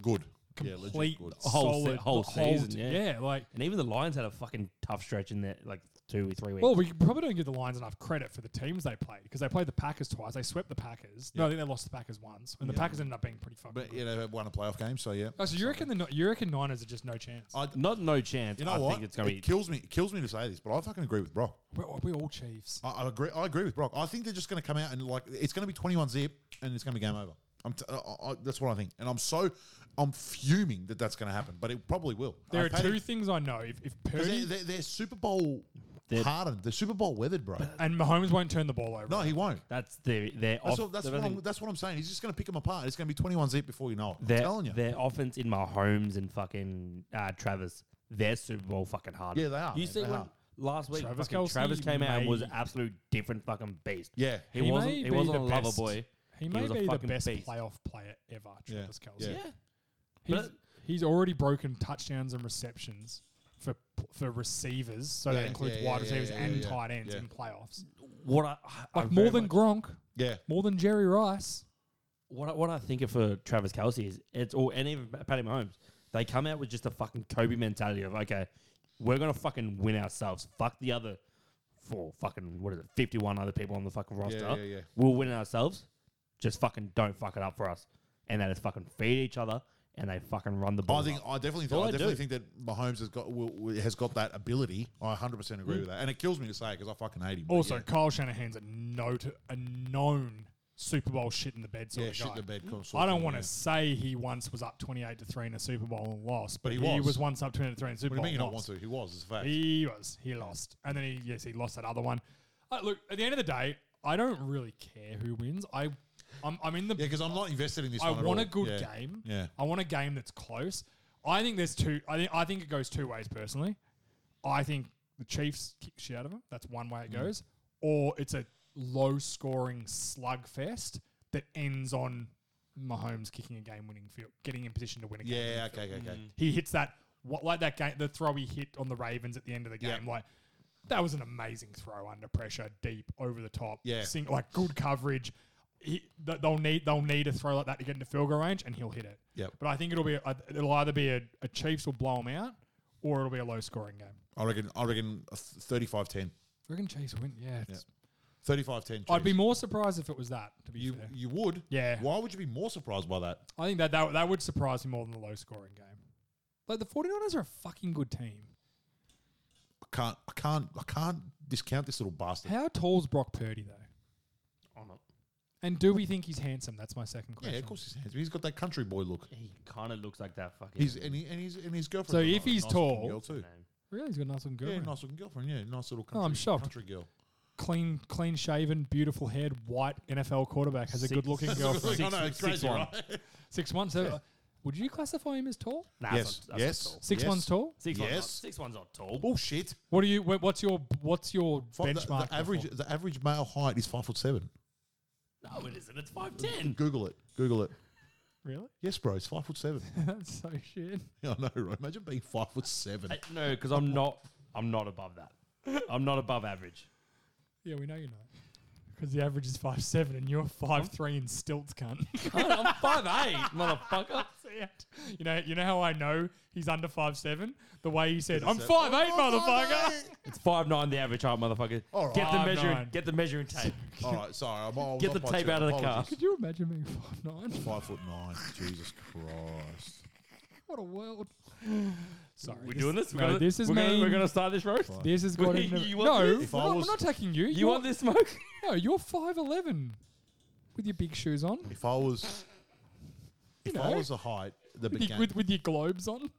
good, yeah, complete, Oh. legit good. Whole se- solid whole season, t- yeah. like And even the Lions had a fucking tough stretch in there, like two or three weeks. Well, we probably don't give the Lions enough credit for the teams they played because they played the Packers twice. They swept the Packers. No, I think they lost the Packers once, and the Packers ended up being pretty fucking. But good. you know, they won a playoff game, so yeah. Oh, so you reckon the Ni- you reckon Niners are just no chance? I, not no chance. you know I what? think it's going to be. it kills me. It kills me to say this, but I fucking agree with Brock. we're, we're all Chiefs. I, I agree. I agree with Brock. I think they're just going to come out and like it's going to be twenty-one zip, and it's going to be game over. I'm t- I, I, that's what I think, and I'm so I'm fuming that that's going to happen, but it probably will. There I are pay- two things I know: if, if 'cause Purdy They're, they're, they're Super Bowl They're- hardened. They're Super Bowl weathered, bro. and Mahomes won't turn the ball over. No, he won't. That's their their That's, off. what, that's, their what thing- I'm, that's what I'm saying. He's just going to pick them apart. It's going to be 21 zip before you know it. I'm their, telling you. their offense in Mahomes and fucking uh, Travis. They're Super Bowl fucking hard. Yeah, they are, You man, see they when are. last week Travis Travis, Travis Kelce came out and was may- an absolute different fucking beast. Yeah. he, may wasn't. He be wasn't a the lover best- boy. He may was a be the fucking best beast. playoff player ever, Travis Kelce. Yeah. Yeah. He's, But- he's already broken touchdowns and receptions for for receivers, so Yeah, that includes yeah, wide yeah, receivers yeah, yeah, and yeah, tight ends yeah. in playoffs. What I Like I'm very more than much- Gronk, yeah. more than Jerry Rice. what I, what I think of for Travis Kelsey is it's or any of Patty Mahomes, they come out with just a fucking Kobe mentality of okay, we're gonna fucking win ourselves. Fuck the other four fucking what is it, fifty one other people on the fucking roster. yeah, yeah. We'll win it ourselves. Just fucking don't fuck it up for us. And they just fucking feed each other and they fucking run the ball. I think up. I definitely think Well, I I definitely do. think that Mahomes has got will, will- has got that ability. I 100 percent agree with that, and it kills me to say because I fucking hate him. but Also, yeah, Kyle Shanahan's a note a known Super Bowl shit in the bed sort yeah of shit guy. Hmm? the bed. sort of I don't thing, want to yeah. say he once was up twenty eight to three in a Super Bowl and lost, but, he he, was. was. once up twenty eight to three in a Super What do you Bowl. mean you and don't want lost. to? He was. It's a fact. He was. He lost, and then he yes he lost that other one. Uh, look, at the end of the day, I don't really care who wins. I I'm, I'm in the yeah, because I'm not invested in this. I one at want all. a good Yeah. game. Yeah. I want a game that's close. I think there's two. I think I think it goes two ways personally. I think the Chiefs kick shit out of them. That's one Mm. way it goes. Or it's a low scoring slugfest that ends on Mahomes kicking a game winning field, getting in position to win a game. Mm. Yeah. Okay. Okay. Okay. He hits that what like that game the throw he hit on the Ravens at the end of the Yeah. game like. That was an amazing throw under pressure, deep over the top. Yeah. sing, like good coverage. He, th- they'll need they'll need a throw like that to get into field goal range, and he'll hit it. Yep. But I think it'll be a, it'll either be a, a Chiefs will blow them out, or it'll be a low scoring game. I reckon. I reckon 35-10. I reckon Chiefs win. Yeah, it's- 35-10. I'd be more surprised if it was that. To be You fair, you would. Yeah. Why would you be more surprised by that? I think that, that that would surprise me more than the low scoring game. Like the 49ers are a fucking good team. I can't. I can't. I can't discount this little bastard. How tall's Brock Purdy though? On it. And do we think he's handsome? That's my second question. Yeah, of course he's handsome. He's got that country boy look. He kind of looks like that fucking He's and, he, and he's and his girlfriend. So got a if he's nice looking tall- girl too. Really, he's got a nice looking Yeah, girlfriend. nice looking girlfriend. Yeah, nice little Oh, country, I'm shocked. country girl. Clean, clean shaven, beautiful haired, white NFL quarterback has a Six- good (laughs) looking girlfriend. I know, it's six crazy, one. right? Six one. So, uh, would you classify him as tall? Nah, Yes, that's not- that's not yes. tall. Six Yes. one's tall. Six one's Yes. not- six one's not tall. Bullshit. What do you? wh- What's your? What's your Fi- the- benchmark? the average for- the average male height is five foot seven. No, it isn't. It's five ten. Google it. Google it. Really? (laughs) Yes, bro, it's five foot seven. (laughs) That's so shit. yeah, I know, right? Imagine being five foot seven. No, because I'm not. I'm not above that. I'm not above average. Yeah, we know you're not. Because the average is five seven, and you're five three in stilts, (laughs) cunt. (laughs) I'm five eight, motherfucker. you know, you know how I know he's under five seven. The way he said, "I'm said, "Oh, five eight, five motherfucker." (laughs) It's five nine, the average height, motherfucker. All right. Get the Five measuring, nine. get the measuring tape. All right, sorry. I'm, I was Get off the my tape chair. out of the car. Apologies. Could you imagine being five nine? Five foot nine. Jesus Christ. What (sighs) a world. Sorry. We're this- doing this. We're no, gonna, this is we're gonna, we're mean. gonna start this roast. This has got Wait, into you want no. this? If we're I not- was- we're not attacking you. You want this smoke? No, you're five eleven, with your big shoes on, If I was, if I know. was a height, the with, your, began with, with your globes on.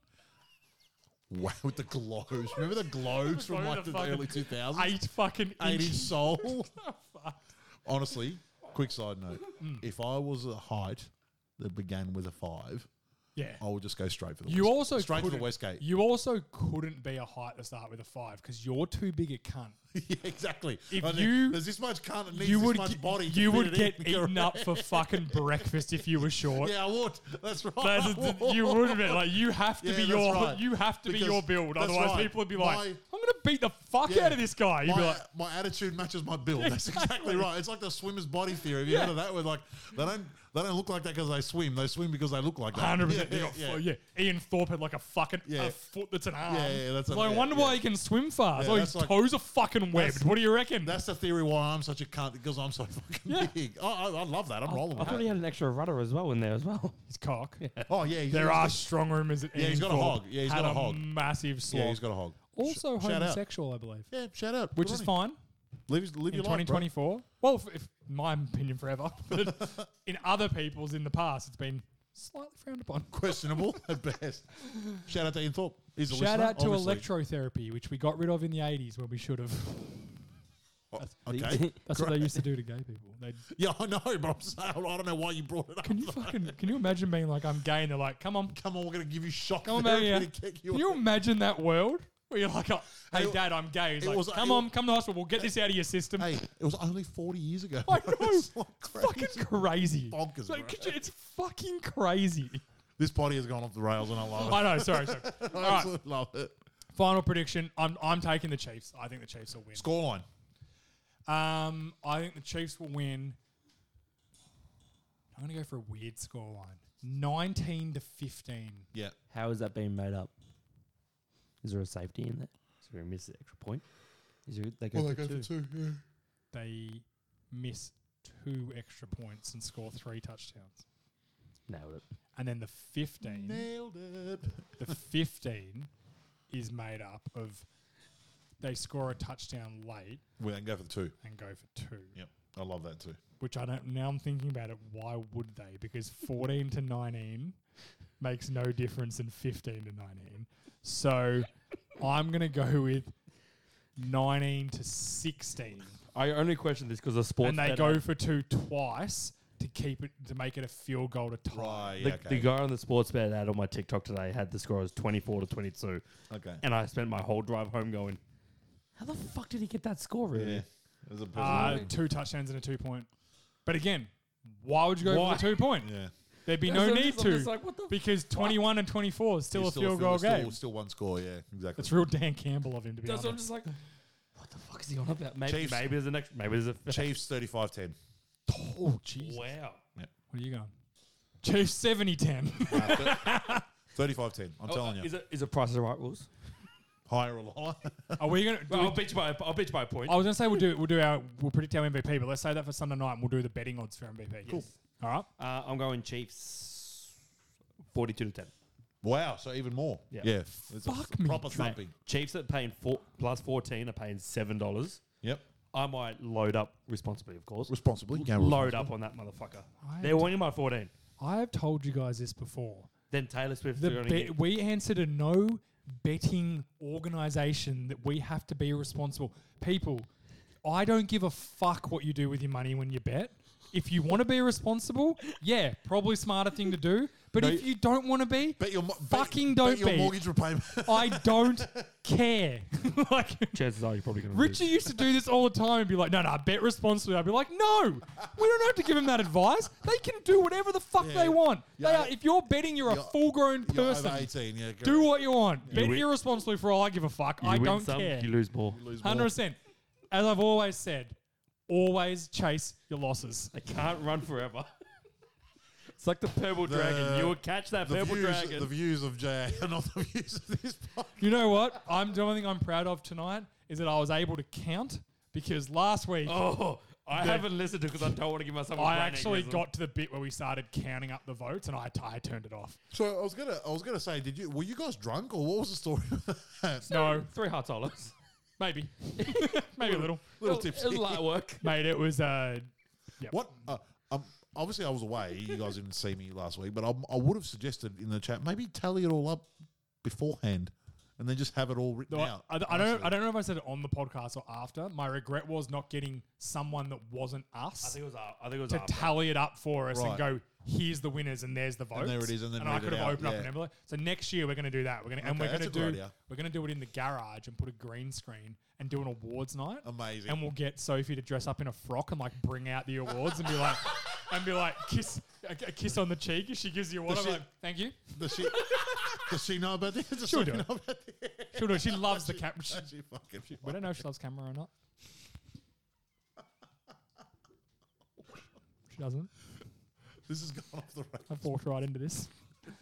(laughs) wow, with the globes. Remember the (laughs) globes from like the, early two thousands, Eight Oh, fucking eighty (laughs) inches. soul. (laughs) Honestly, quick side note: Hmm. if I was a height that began with a five, Yeah. Oh, I would just go straight for the You west, also straight for the couldn't- west gate. You also couldn't be a height to start with a five because you're too big (laughs) a cunt. (laughs) yeah, exactly. If I think you- there's this much cunt that needs you this would much get, body, to you fit would it get (laughs) in. eaten up for fucking breakfast if you were short. (laughs) Yeah, I would. That's right. That's- I would. you would be like you have to Yeah, be that's your right. you have to be Because- your build. that's Otherwise, right. people would be like, My- "I'm gonna beat the (laughs) fuck Yeah. out of this guy." You'd be my, like, my attitude matches my build. That's exactly right. It's like the swimmer's body theory. Have you heard of that? Where like they don't they don't look like that because they swim. They swim because they look like that. hundred percent. Yeah, Yeah, yeah, yeah. Ian Thorpe had like a fucking Yeah. a foot that's an arm. Yeah, yeah, that's It's a- like, I yeah, wonder why he can swim fast. Yeah, oh, that's his like- toes are fucking webbed. that's- What do you reckon? That's the theory why I'm such a cunt because I'm so fucking Yeah. big. Oh, I, I love that. I'm rolling I with thought he that. had an extra rudder as well in there as well. his cock. Oh yeah, he's, There are he's- strong rumors that Yeah, he's Ian got a Thorpe hog. Yeah, he's had got a hog. Massive slot. Yeah, he's got a hog. also shout out. homosexual, I believe, Yeah, shout out. which Good is on fine. you. Live, live in your life, bro. 2024. Well, if, if my opinion forever, (laughs) but in other people's in the past, it's been slightly frowned upon. Questionable at best. Shout out to Ian Thorpe. He's a Shout listener, out to obviously. electrotherapy, which we got rid of in the 80s when we should have. Oh, (laughs) Okay. That's what they used to do to gay people. They'd, Yeah, I know, but I'm saying, I don't know why you brought it up. can you (laughs) fucking can you imagine being like I'm gay and they're like, come on, Come on, we're going to give you shock come on, therapy baby. yeah." to kick you Can you out. imagine that world where you're like, oh, hey, It- dad, I'm gay. He's it like, was- come it- on, come to the hospital. We'll get this out of your system. (laughs) Hey, it was only 40 years ago. (laughs) I bro. know. It's like fucking crazy. crazy. bonkers, Like, bro. could you- it's fucking crazy. This potty has gone off the rails and (laughs) I love it. I know. Sorry. (laughs) sorry. All I right. absolutely love it. Final prediction. I'm I'm taking the Chiefs. I think the Chiefs will win. Scoreline. Um, I think the Chiefs will win. I'm gonna go for a weird scoreline. 19 to 15. Yeah. How is that being made up? Is there a safety in there? Is there a miss the extra point? Is there Oh, they go for two? Yeah. They miss two extra points and score three touchdowns. Nailed it. And then the 15, Nailed it. the 15 is made up of they score a touchdown late We then go for the two. and go for two. Yep. I love that too. Which I don't. Now I'm thinking about it. Why would they? Because 14 to 19 makes no difference in 15 to 19. So I'm gonna go with 19 to 16, I only question this because the sports and they bet go app- for two twice to keep it to make it a field goal to tie. Right. the, yeah, the okay. guy on the sports bet ad on my TikTok today had the score as twenty four to twenty two, okay. and I spent my whole drive home going, "How the fuck did he get that score?" Really? Yeah. There's a Uh, person- two touchdowns and a two point. But again, why would you go Why? for the two point? yeah. There'd be That's (laughs) no what I'm need just- to I'm just like, what the because 21 and 24 is still It's a field goal still, game. Still one score. Yeah. Exactly. That's real Dan Campbell of him to be That's what I'm honest. just like, what the fuck is he on about? Maybe, Chiefs. maybe there's an extra. Maybe there's a Chiefs 35 (laughs) 10. Oh, jeez. What Wow. are you going? Chiefs 70 (laughs) 10. 35 10. Oh, I'm telling you. Is it is it prices right rules? Higher or lower? Are we going to? Well, I'll bet you by a- I'll bet you by a point. I was going to say we'll do we'll do our we'll predict our MVP, but let's say that for Sunday night and we'll do the betting odds for MVP. Cool. All right. Uh, I'm going Chiefs, forty-two to ten. wow. So even more. Yeah. Yeah. It's a Fuck me, proper mate. thumping. Chiefs are paying four, plus fourteen are paying seven dollars. Yep. I might load up responsibly, of course. Responsibly. Game Load up on that motherfucker. I They're winning by fourteen. I have told you guys this before. Then Taylor Swift The going bet- we answer to no betting organization that we have to be responsible. People, I don't give a fuck what you do with your money when you bet. If you want to be responsible, yeah, probably smarter thing to do. But No, if you- you don't want to be, Bet your, mo- bet- Fucking bet don't your be. mortgage (laughs) repayment. I don't care. (laughs) like chances are you're probably going to Richie used to do this all the time and be like, "No, no, bet responsibly." I'd be like, "No, we don't have to give them that advice. They can do whatever the fuck Yeah. they want. they You're- are, if you're betting, you're, a you're- full-grown (laughs) You're over person. 18. Yeah. Do what you want. bet win- irresponsibly for all I give a fuck. I win don't some, care. You lose more. Hundred percent. As I've always said, always chase your losses. They can't run forever. it's like the purple dragon. You will catch that the purple views, dragon. the views of Jay are (laughs) not the views of this podcast. You know what? I'm the only thing I'm proud of tonight is that I was able to count because last week (laughs) oh, I the- haven't listened to because I don't want to give myself. a I brain actually aneurysm. got to the bit where we started counting up the votes, and I t- I turned it off. So I was gonna, I was gonna say, did you? Were you guys drunk, or what was the story? with that? No, three hard solos. maybe, (laughs) maybe a little. Little It was- tipsy. It was light work. Mate, it was uh, What? Uh, um, obviously, I was away. You guys didn't see me last week, but i I would have suggested in the chat maybe tally it all up beforehand, and then just have it all written No, out. I, I don't. nicely. I don't know if I said it on the podcast or after. My regret was not getting someone that wasn't I us think it was. uh, I think it was. to after. tally it up for us Right. and go. Here's the winners and there's the votes. there it is, and then read I it could have out, opened up yeah. an envelope. So next year we're going to do that. We're going to and Okay, we're going to that's a good do idea. we're going to do it in the garage and put a green screen and do an awards night. Amazing. And we'll get Sophie to dress up in a frock and like bring out the awards and be like and be like kiss a, a kiss on the cheek if she gives you a award. I'm she- like thank you. Does she? does she know about this? Does she She'll do know it. about this? (laughs) (laughs) She'll do it. She loves the camera. She fucking. We don't know if she loves (laughs) camera or not. She doesn't. This has gone off the rails. I've walked right into this.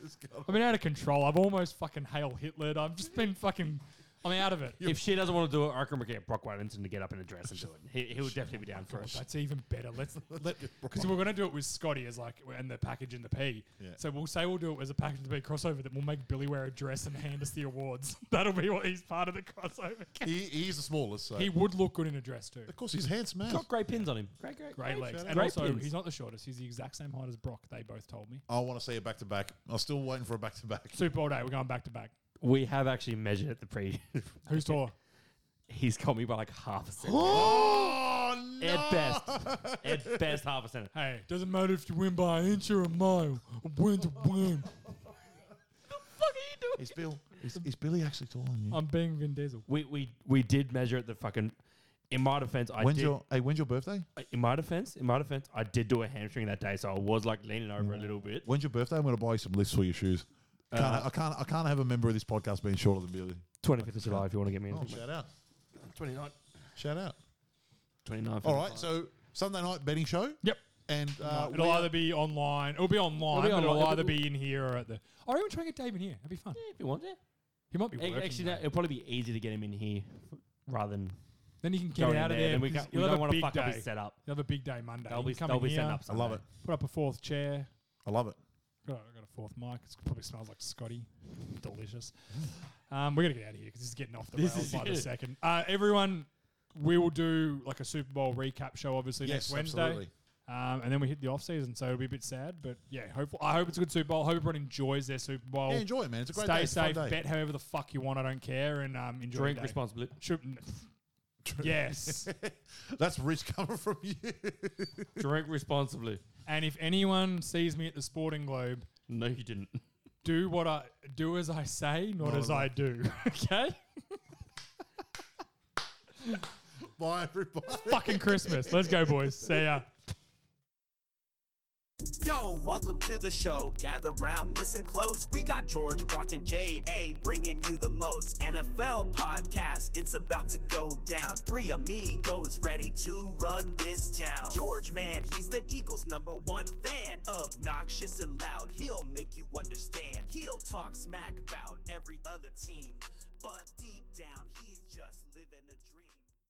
It's gone. I've been out of control. I've almost fucking hail Hitler. I've just been fucking. I'm out of it. If she doesn't want to do it, I reckon we get Brock Wellington to get up in a dress and do it. He, he would definitely be down for it. That's even better. (laughs) Let's let because we're gonna do it with Scotty as like and the package in the P. Yeah. So we'll say we'll do it as a package in the P crossover that we'll make Billy wear a dress and hand us the awards. (laughs) That'll be what he's part of the crossover. He, he's the smallest, so He would look good in a dress too. of course he's handsome. as. Got great pins on him. Great, great, Great legs. shout out. And Great also pins. he's not the shortest. He's the exact same height as Brock. They both told me. I want to see a back to back. I'm still waiting for a back to back. Super Bowl day. We're going back to back. We have actually measured at the pre. Who's taller? (laughs) He's caught me by like half a cent. Oh At best, at best, half a cent. Hey, doesn't matter if you win by an inch or a mile. Win to (laughs) win. Is Bill? Is, is Billy actually taller than you? I'm being Vin Diesel. We we we did measure at the fucking. In my defense, I when's did. your hey? When's your birthday? in my defense, in my defense, I did do a hamstring that day, so I was like leaning over a little bit. When's your birthday? I'm going to buy you some lifts for your shoes. Can't, I can't. I can't have a member of this podcast being shorter than Billy. 25th of July, if you want to get me in. Oh, shout out! 29. Shout out! 29th. All right, so Sunday night betting show. Yep. And uh, It'll either be online. It'll be online. It'll It'll, be it'll online. either be in here or at the. I'll even try and get Dave in here. That'd be fun. If you want, yeah. He might be Ac- working. Actually, though. no, it'll probably be easy to get him in here rather than then you can get going out in of there. there. and we, because can't- we you'll don't have a want to big fuck up day. his setup. You'll have a big day Monday. They'll You be, can come they'll in be here, setting up I something. love it. Put up a fourth chair. I love it. Got a, got a fourth mic. It probably smells like Scotty. Delicious. Um, we're gonna get out of here because this is getting off the This rails is by the it. second. Uh, everyone, we will do like a Super Bowl recap show, obviously Yes, next Wednesday. absolutely. Um, and then we hit the off season, so it'll be a bit sad, but yeah, hopeful. I hope it's a good Super Bowl. I hope everyone enjoys their Super Bowl. Yeah, enjoy it, man. It's a great Stay day. It's a fun safe. day. Bet however the fuck you want. I don't care, and um, enjoy. Drink your day. responsibly. Should- (laughs) yes. That's rich coming from you. (laughs) Drink responsibly. and if anyone sees me at the Sporting Globe, No, you (laughs) didn't. do what I do as I say, not, Not as at all. I do. (laughs) okay. Bye, everybody. fucking Christmas. Let's go, boys. See ya. Yo, welcome to the show. Gather round, listen close. We got George, Watson, J.A. bringing you the most. NFL podcast, it's about to go down. Three amigos ready to run this town. George, man, he's the Eagles' number one fan. Obnoxious and loud, he'll make you understand. He'll talk smack about every other team. But deep down, he's just living a dream.